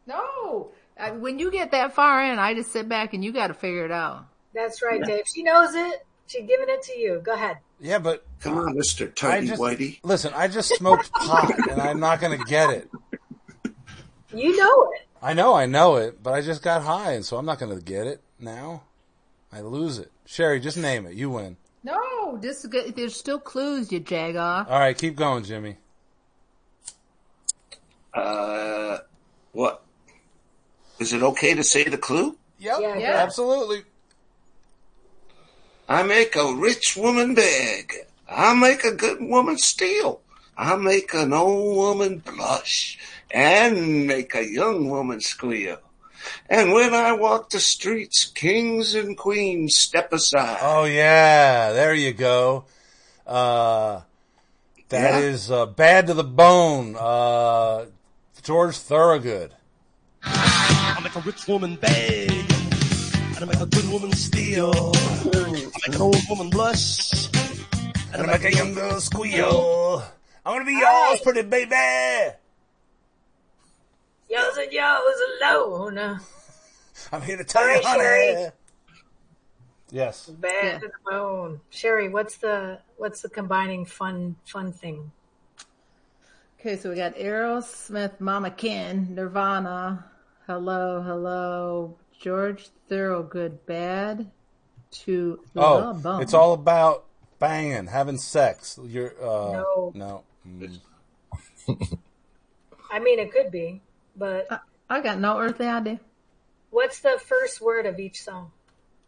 no. I, when you get that far in, I just sit back and you got to figure it out. That's right, Dave. She knows it. She's giving it to you. Go ahead. Yeah, but Come on, Mr. I Tidy just Whitey. listen. I just smoked pot, and I'm not going to get it. You know it. I know, I know it, but I just got high, and so I'm not going to get it now. I lose it. Sherry, just name it. You win. No, this is good. There's still clues, you jag off. All right, keep going, Jimmy. Uh, what? Is it okay to say the clue? Yep, Yeah, yeah. absolutely. I make a rich woman beg. I make a good woman steal. I make an old woman blush and make a young woman squeal. And when I walk the streets, kings and queens step aside. Oh yeah, there you go. Uh, Yeah. that is uh, bad to the bone. Uh, George Thorogood. I make a rich woman beg, and I make a good woman steal. I make an old woman blush, and I make a young girl squeal. I want to be yours, pretty baby. Yours and yours alone. I'm here to tell you, Hey, Sherry. Yes. Bad Yeah. to the bone. Sherry, what's the what's the combining fun fun thing? Okay, so we got Aerosmith, Mama Ken, Nirvana, Hello, Hello, George Thorogood, Bad to Oh, the Bone. it's all about banging, having sex. You're uh, No. no. Mm. I mean, it could be, but I, I got no earthly idea. what's the first word of each song?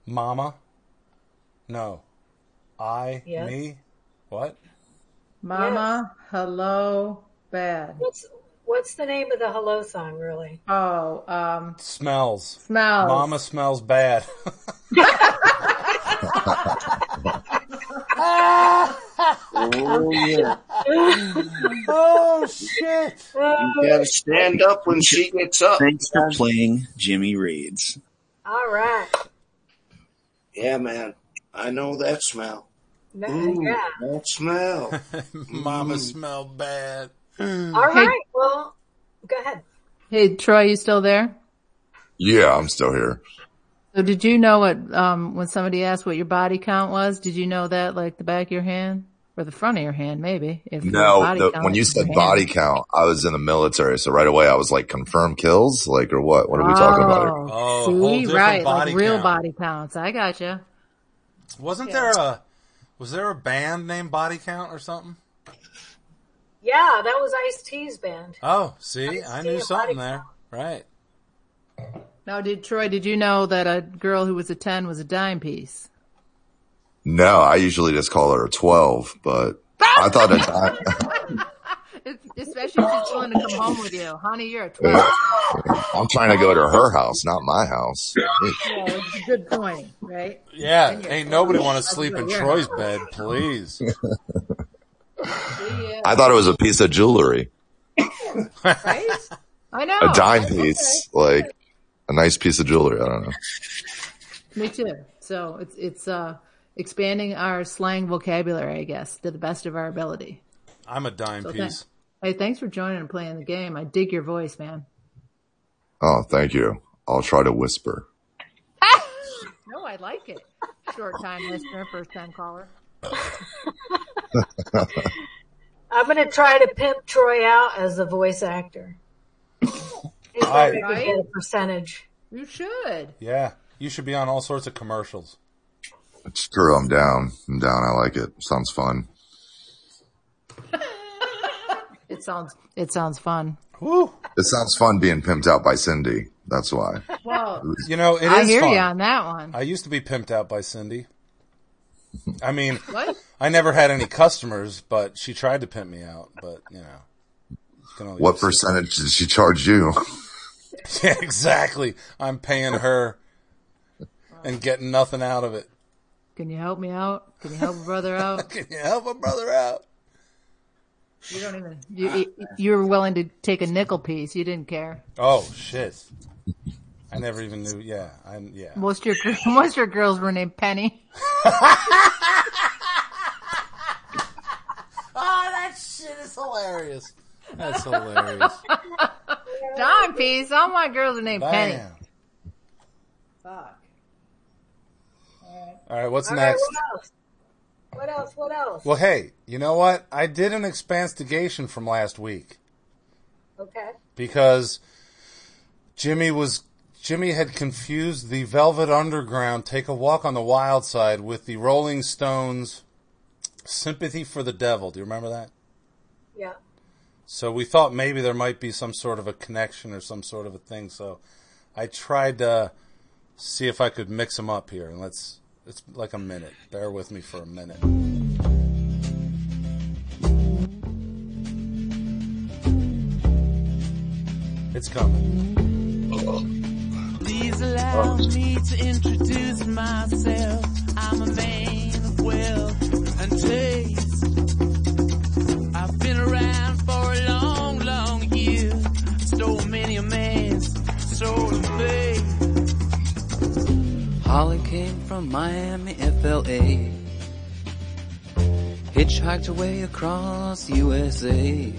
Mama. No. I. Yes. Me. What? Mama, Hello, Bad. What's what's the name of the hello song? Really? Oh, um, Smells. smells. Mama smells bad. Oh, yeah. oh shit. You gotta stand up when she gets up. Thanks for playing Jimmy Reeds. All right. Yeah, man. I know that smell. That- Ooh, yeah. that smell. Mama smell bad. All Mm. Hey. right. Well, go ahead. Hey, Troy, you still there? Yeah, I'm still here. So did you know what, um, when somebody asked what your body count was, did you know that like the back of your hand or the front of your hand, maybe? If your No, body the, count when you is your said hand. body count, I was in the military. So right away I was like, confirm kills? Like, or what? What are we talking about here? Oh, see, whole different right, body like real count. body counts. I gotcha. Wasn't there a was there a band named Body Count or something? Yeah, that was Ice T's band. Oh, see, I see knew a something body there. Right. Now, did Troy? Did you know that a girl who was a ten was a dime piece? No, I usually just call her a 12, but I thought a dime, It's- Especially if she's willing to come home with you, honey. You're a twelve. I'm trying to go to her house, not my house. Yeah, it's a good point, right? Yeah, And you're ain't nobody old. want to sleep in Yeah. Troy's bed, please. Yeah, I thought it was a piece of jewelry, right? I know. a dime piece, like a nice piece of jewelry. I don't know. Me too. So it's it's uh expanding our slang vocabulary, I guess, to the best of our ability. I'm a dime Okay. piece. Hey, thanks for joining and playing the game. I dig your voice, man. Oh, thank you. I'll try to whisper. No, I like it. Short time listener, first time caller. I'm going to try to pimp Troy out as a voice actor. He's All going right. to get a percentage. You should. Yeah, you should be on all sorts of commercials. Screw, I'm down. I'm down. I like it. Sounds fun. It sounds it sounds fun. Woo! It sounds fun being pimped out by Cindy. That's why. Well, You know, it is I hear fun. you on that one. I used to be pimped out by Cindy. I mean, What? I never had any customers, but she tried to pimp me out. But you know, you can only What percentage did she charge you? Yeah, exactly. I'm paying her and getting nothing out of it. Can you help me out? Can you help a brother out? Can you help a brother out? You don't even. You, you were willing to take a nickel piece. You didn't care. Oh shit! I never even knew. Yeah, I yeah. Most of your gir- most of your girls were named Penny. Oh, that shit is hilarious. That's hilarious. Dime piece. All my girls are named Penny. Bam. Fuck. All right, what's All right, next? what else? What else? What else? Well, hey, you know what? I did an expanstigation from last week Okay. because Jimmy was Jimmy had confused the Velvet Underground "Take a Walk on the Wild Side" with the Rolling Stones' "Sympathy for the Devil." Do you remember that? Yeah. So we thought maybe there might be some sort of a connection or some sort of a thing. So I tried to see if I could mix them up here, and let's. It's like a minute. Bear with me for a minute. It's coming. Please allow me to introduce myself. I'm a man of wealth and taste. I've been around for a long, long year. Stole many a man's soul and faith. Holly came from Miami, FLA. Hitchhiked away across USA.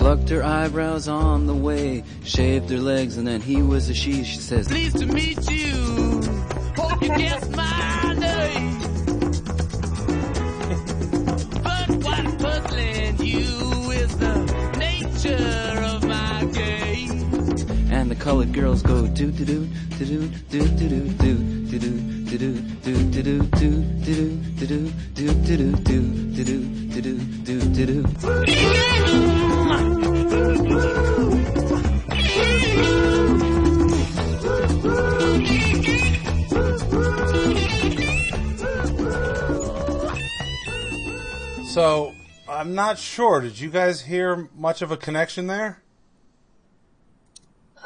Plucked her eyebrows on the way, shaved her legs, and then he was a she. She says, Pleased to meet you. Hope you guess my name. But what's puzzling you is the nature of my gaze. And the colored girls go do do do do do do do do do do do do do do do do do do do do do do do do do do do do. So I'm not sure. Did you guys hear much of a connection there?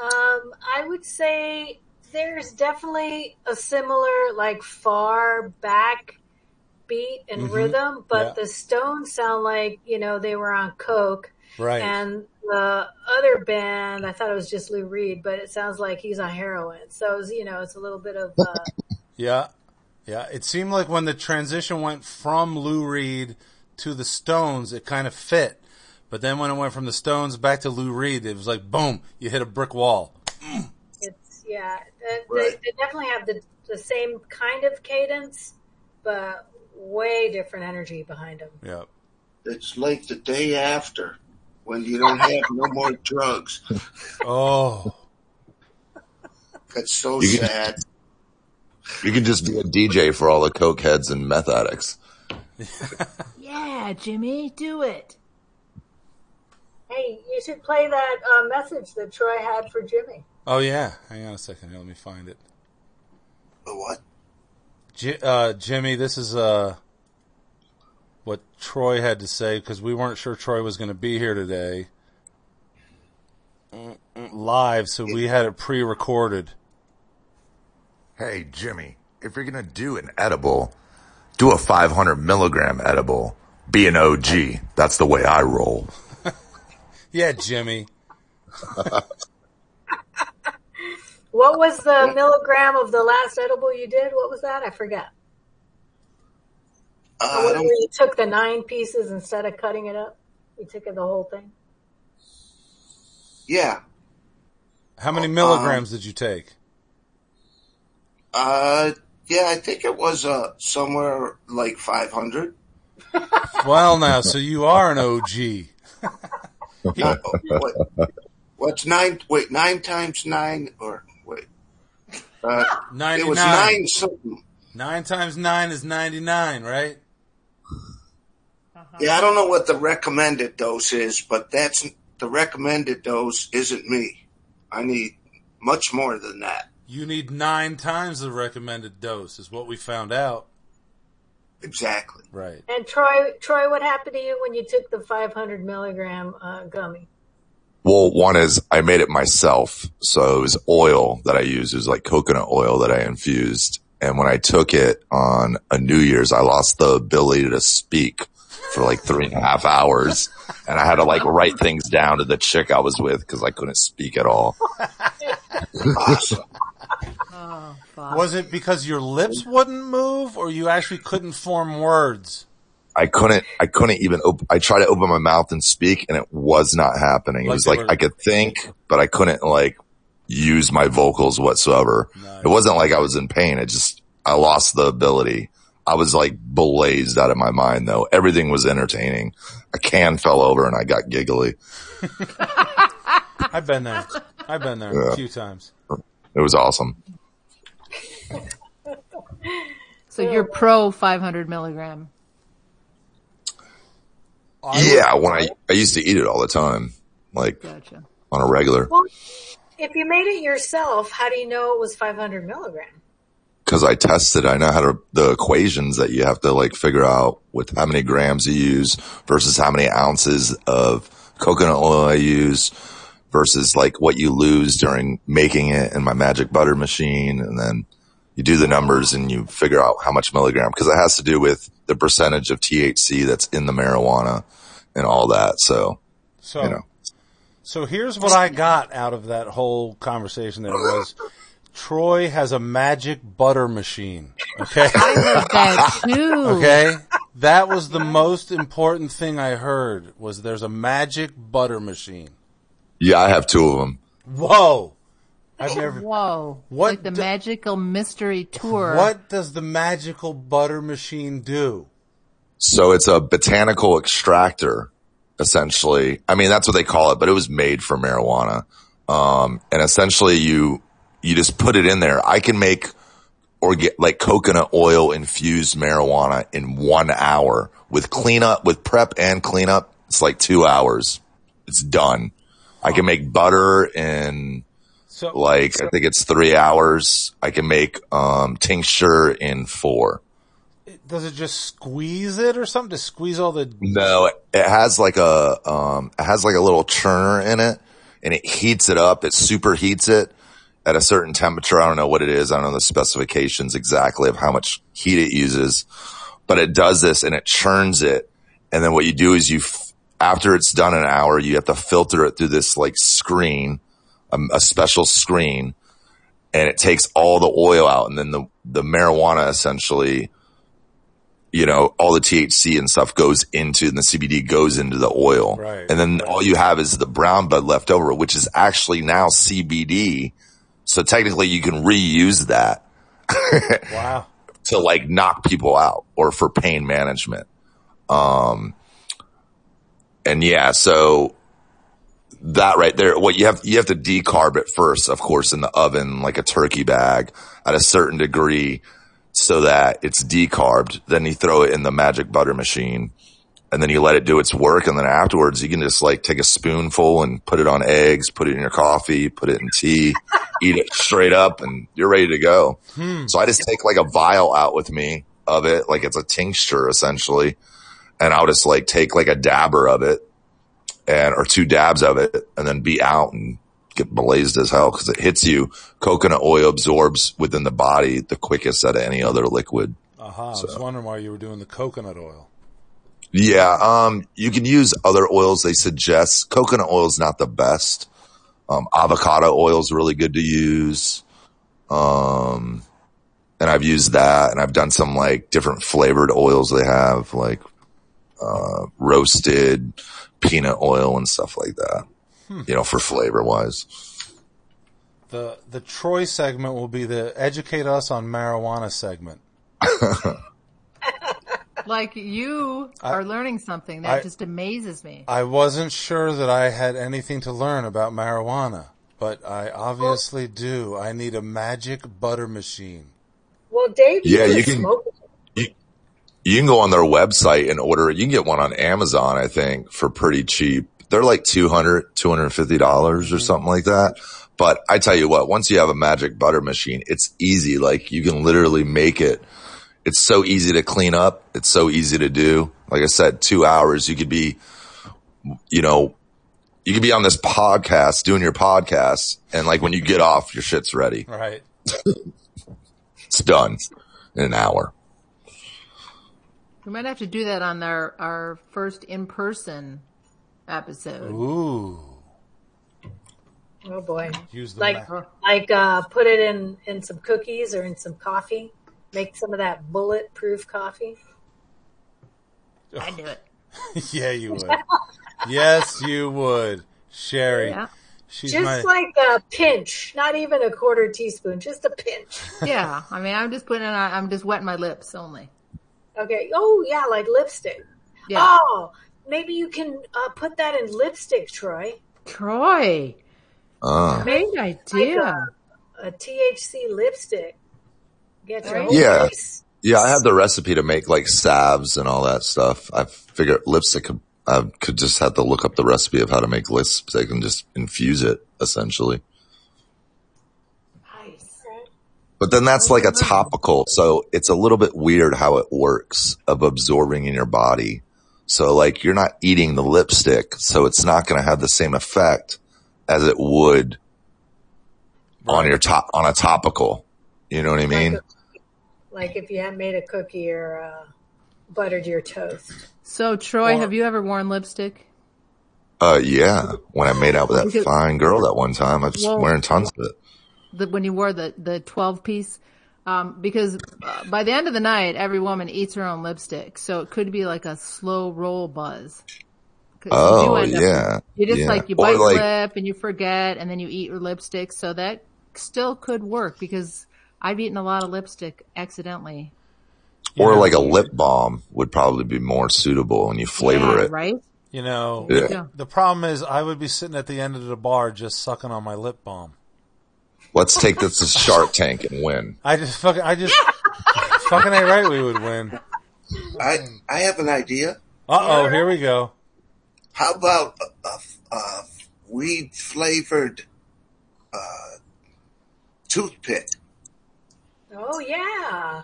Um, I would say there's definitely a similar, like, far back beat and rhythm, but Mm-hmm. Yeah. the Stones sound like, you know, they were on Coke. Right. And the other band, I thought it was just Lou Reed, but it sounds like he's on heroin. So, it's, you know, it's a little bit of, uh, Yeah. Yeah. It seemed like when the transition went from Lou Reed to the Stones, it kind of fit. But then when it went from the Stones back to Lou Reed, it was like, boom, you hit a brick wall. it's, yeah, they, Right. they definitely have the, the same kind of cadence, but way different energy behind them. Yeah. It's like the day after when you don't have no more drugs. Oh. That's so You can- sad. You could just be a DJ for all the coke heads and meth addicts. Yeah, Jimmy, do it. Hey, you should play that uh, message that Troy had for Jimmy. Oh yeah, hang on a second. Here, let me find it. The what? J- uh, Jimmy, this is uh, what Troy had to say because we weren't sure Troy was going to be here today live, so we had it pre-recorded. Hey, Jimmy, if you're going to do an edible, do a 500 milligram edible. Be an OG. That's the way I roll. Yeah, Jimmy. What was the milligram of the last edible you did? What was that? I forgot. Uh, I Where don't, you took the nine pieces instead of cutting it up. You took it the whole thing. yeah. How many milligrams did you take? Uh, yeah, I think it was uh, somewhere like 500. Well, now, so you are an OG. Uh, what, what's nine? Wait, nine times nine or wait? Uh, it Ninety-nine. was nine something. Nine times nine is ninety-nine, right? Yeah, I don't know what the recommended dose is, but that's the recommended dose isn't me. I need much more than that. You need nine times the recommended dose, is what we found out. Exactly. Right. And Troy, Troy, what happened to you when you took the 500 milligram uh, gummy? Well, one is I made it myself. So it was oil that I used. It was like coconut oil that I infused. And when I took it on a New Year's, I lost the ability to speak for like three and a half hours. And I had to like write things down to the chick I was with because I couldn't speak at all. Oh, fuck. Was it because your lips wouldn't move, or you actually couldn't form words? I couldn't, I couldn't even open, I tried to open my mouth and speak and it was not happening. It Like was they like were- I could think, but I couldn't like use my vocals whatsoever. Nice. It wasn't like I was in pain. It just, I lost the ability. I was like blazed out of my mind though. Everything was entertaining. A can fell over and I got giggly. I've been there. I've been there a Yeah. few times. It was awesome. So you're pro 500 milligram. I would- yeah. When I, I used to eat it all the time, like Gotcha. on a regular Well, if you made it yourself, how do you know it was 500 milligram? cause I tested. I know how to, the equations that you have to like figure out with how many grams you use versus how many ounces of coconut oil I use versus like what you lose during making it in my magic butter machine. And then you do the numbers and you figure out how much milligram because it has to do with the percentage of THC that's in the marijuana and all that. So, So, you know, so here's what I got out of that whole conversation. There was Troy has a magic butter machine. Okay. That too. Okay. That was the most important thing I heard was there's a magic butter machine. yeah, I have two of them. Whoa. I've never, Whoa. What like the do- magical mystery tour. what does the magical butter machine do? So it's a botanical extractor, essentially. I mean, that's what they call it, but it was made for marijuana. Um, and essentially you, you just put it in there. I can make or get like coconut oil infused marijuana in one hour with cleanup, with prep and cleanup. It's like two hours. It's done. I can make butter in So, like, I think it's three hours. I can make, um, tincture in four. does it just squeeze it or something to squeeze all the, No, it has like a um, it has like a little churner in it, and it heats it up. It superheats it at a certain temperature. I don't know what it is. I don't know the specifications exactly of how much heat it uses, but it does this and it churns it. And then what you do is you, f- after it's done an hour, you have to filter it through this like screen, um, a special screen, and it takes all the oil out. And then the the marijuana essentially you know, all the THC and stuff goes into, and the CBD goes into the oil. Right. And then all you have is the brown bud left over, which is actually now CBD. So technically you can reuse that wow. to like knock people out or for pain management. Um, and yeah, so that right there, what you have, you have to decarb it first, of course, in the oven, like a turkey bag at a certain degree so that it's decarbed. Then you throw it in the magic butter machine and then you let it do its work. And then afterwards, you can just like take a spoonful and put it on eggs, put it in your coffee, put it in tea, eat it straight up, and you're ready to go. Hmm. So I just take like a vial out with me of it, like it's a tincture essentially, and I'll just like take like a dabber of it, and or two dabs of it, and then be out and get blazed as hell because it hits you. Coconut oil absorbs within the body the quickest out of any other liquid. Aha, I was So- wondering why you were doing the coconut oil. Yeah, um, you can use other oils. They suggest coconut oil is not the best. Um, avocado oil is really good to use. Um, and I've used that, and I've done some like different flavored oils they have, like uh, roasted peanut oil and stuff like that. You know, for flavor wise. The the Troy segment will be the educate us on marijuana segment. Like you I- are learning something that I- just amazes me. I wasn't sure that I had anything to learn about marijuana, but I obviously do. I need a magic butter machine. Well, Dave, Yeah, you you can- can smoke it. You can go on their website and order it. You can get one on Amazon, I think, for pretty cheap. They're like 200 $250 dollars Mm-hmm. or something like that. But I tell you what, once you have a magic butter machine, it's easy. Like you can literally make it. It's so easy to clean up. It's so easy to do. Like I said, two hours, you could be, you know, you could be on this podcast doing your podcast. And like when you get off, your shit's ready. Right. It's done in an hour. We might have to do that on our, our first in person episode. Ooh. Oh boy, Use the like ma- like uh, put it in in some cookies or in some coffee. Make some of that bulletproof coffee. I do it. yeah, you would. yes, you would. Sherry. Yeah. She's my just like a pinch, not even a quarter teaspoon, just a pinch. Yeah. I mean, I'm just putting it on, I'm just wetting my lips only. Okay. Oh yeah, like lipstick. Yeah. Oh, maybe you can uh, put that in lipstick, Troy. Troy. Uh. Great idea. A THC lipstick. Get your Right. whole Yeah. face. Yeah, I have the recipe to make like salves and all that stuff. I figured lipstick. could- I could just have to look up the recipe of how to make lipstick and just infuse it essentially. Nice. But then that's like a topical. So it's a little bit weird how it works of absorbing in your body. So like you're not eating the lipstick. So it's not going to have the same effect as it would on your top, on a topical. You know what I mean? Like if you had made a cookie or uh, buttered your toast. So, Troy, Or- have you ever worn lipstick? Uh, yeah. When I made out with that Because- fine girl that one time, I was Well- wearing tons of it. the, when you wore the, the 12 piece, um, because uh, by the end of the night, every woman eats her own lipstick. So it could be like a slow roll buzz. 'Cause you do Oh end up- yeah. You just yeah. like, you Or, bite like- your lip and you forget and then you eat your lipstick. So that still could work because I've eaten a lot of lipstick accidentally. or Yeah. like a lip balm would probably be more suitable and you flavor Yeah, it. Right? You know, Yeah. Yeah. the problem is I would be sitting at the end of the bar just sucking on my lip balm. Let's take this to Shark Tank and win. I just fucking, I just fucking ain't right. We would win. I I have an idea. Uh oh, here we go. How about a, a, a weed flavored uh, toothpick? Oh yeah.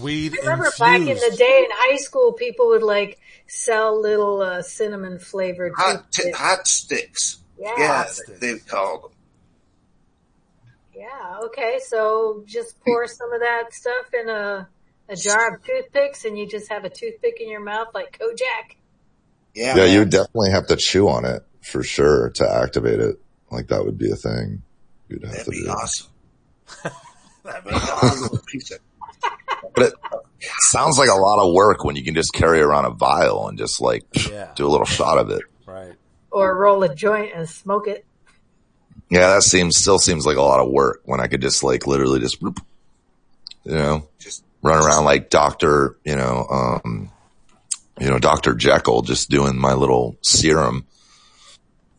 Weed I remember back in the infused. day in high school, people would like sell little uh, cinnamon flavored. Hot t- hot sticks. Yeah. yeah Hot they call them. Yeah. Okay. So just pour some of that stuff in a a jar of toothpicks, and you just have a toothpick in your mouth like Kojak. Yeah, Yeah, you man. would definitely have to chew on it for sure to activate it. Like that would be a thing you'd have That'd to be do. awesome. That'd be awesome. Piece of- But it sounds like a lot of work when you can just carry around a vial and just like Yeah. do a little shot of it. Right. or roll a joint and smoke it. Yeah, that seems still seems like a lot of work when I could just like literally just you know Just run around like Doctor, you know, um, you know, Doctor Jekyll, just doing my little serum.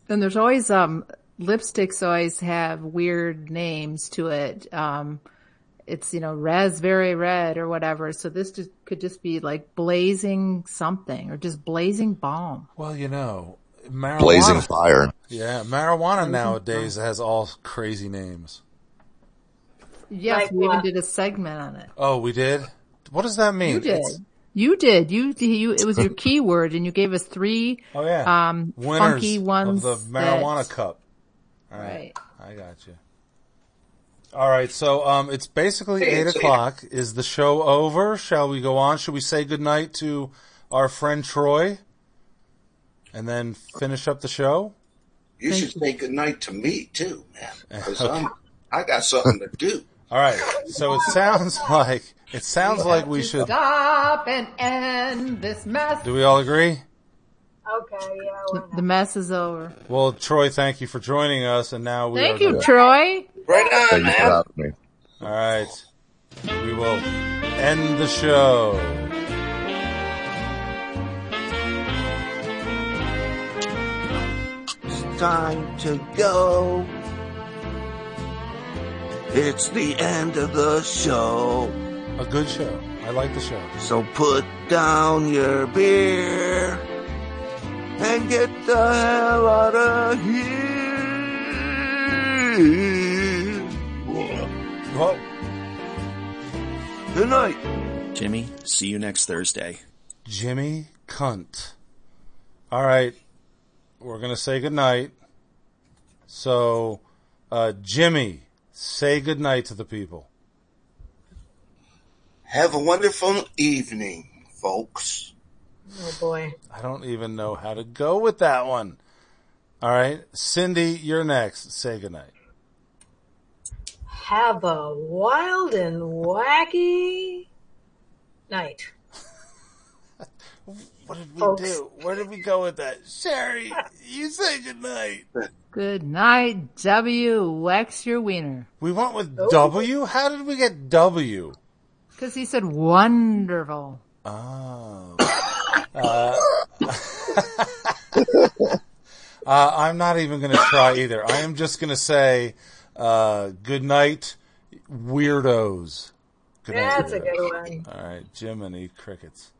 And there's always um lipsticks always have weird names to it. Um it's, you know, raspberry red or whatever. So this just, could just be like blazing something or just blazing balm. Well, you know, marijuana. Blazing fire. Yeah, marijuana nowadays has all crazy names. Yes, Like we even what? did a segment on it. Oh, we did. What does that mean? You did. It's- You did. You, you, it was your keyword and you gave us three, oh yeah. um, Winners funky of ones. the marijuana cup. All That, right. right. I got you. All right, so um, it's basically Hey, eight it's- o'clock. Is the show over? Shall we go on? Should we say goodnight to our friend Troy, and then finish up the show? You should say goodnight to me too, man. Because I'm I got something to do. All right. So it sounds like it sounds like we should. Stop and end this mess. Do we all agree? Okay, yeah. why not? The mess is over. Well, Troy, thank you for joining us, and now we. Thank are you, Troy. Right on, Thank you for man. having me. All right. We will end the show. Time to go. It's the end of the show. A good show. I like the show. So put down your beer and get the hell out of here. Whoa. Good night. Jimmy, see you next Thursday. Jimmy Cunt. All right. We're going to say goodnight. So, uh, Jimmy, say goodnight to the people. Have a wonderful evening, folks. Oh boy. I don't even know how to go with that one. All right. Cindy, you're next. Say goodnight. Have a wild and wacky night. What did we Folks. do? Where did we go with that? Sherry, you say goodnight. Good night, W. Wax your wiener. We went with Oh. W? How did we get W? Cause he said wonderful. Oh. uh, uh, I'm not even going to try either. I am just going to say uh, good night, weirdos. Good night, That's a weirdos. good one. All right, Jiminy Crickets.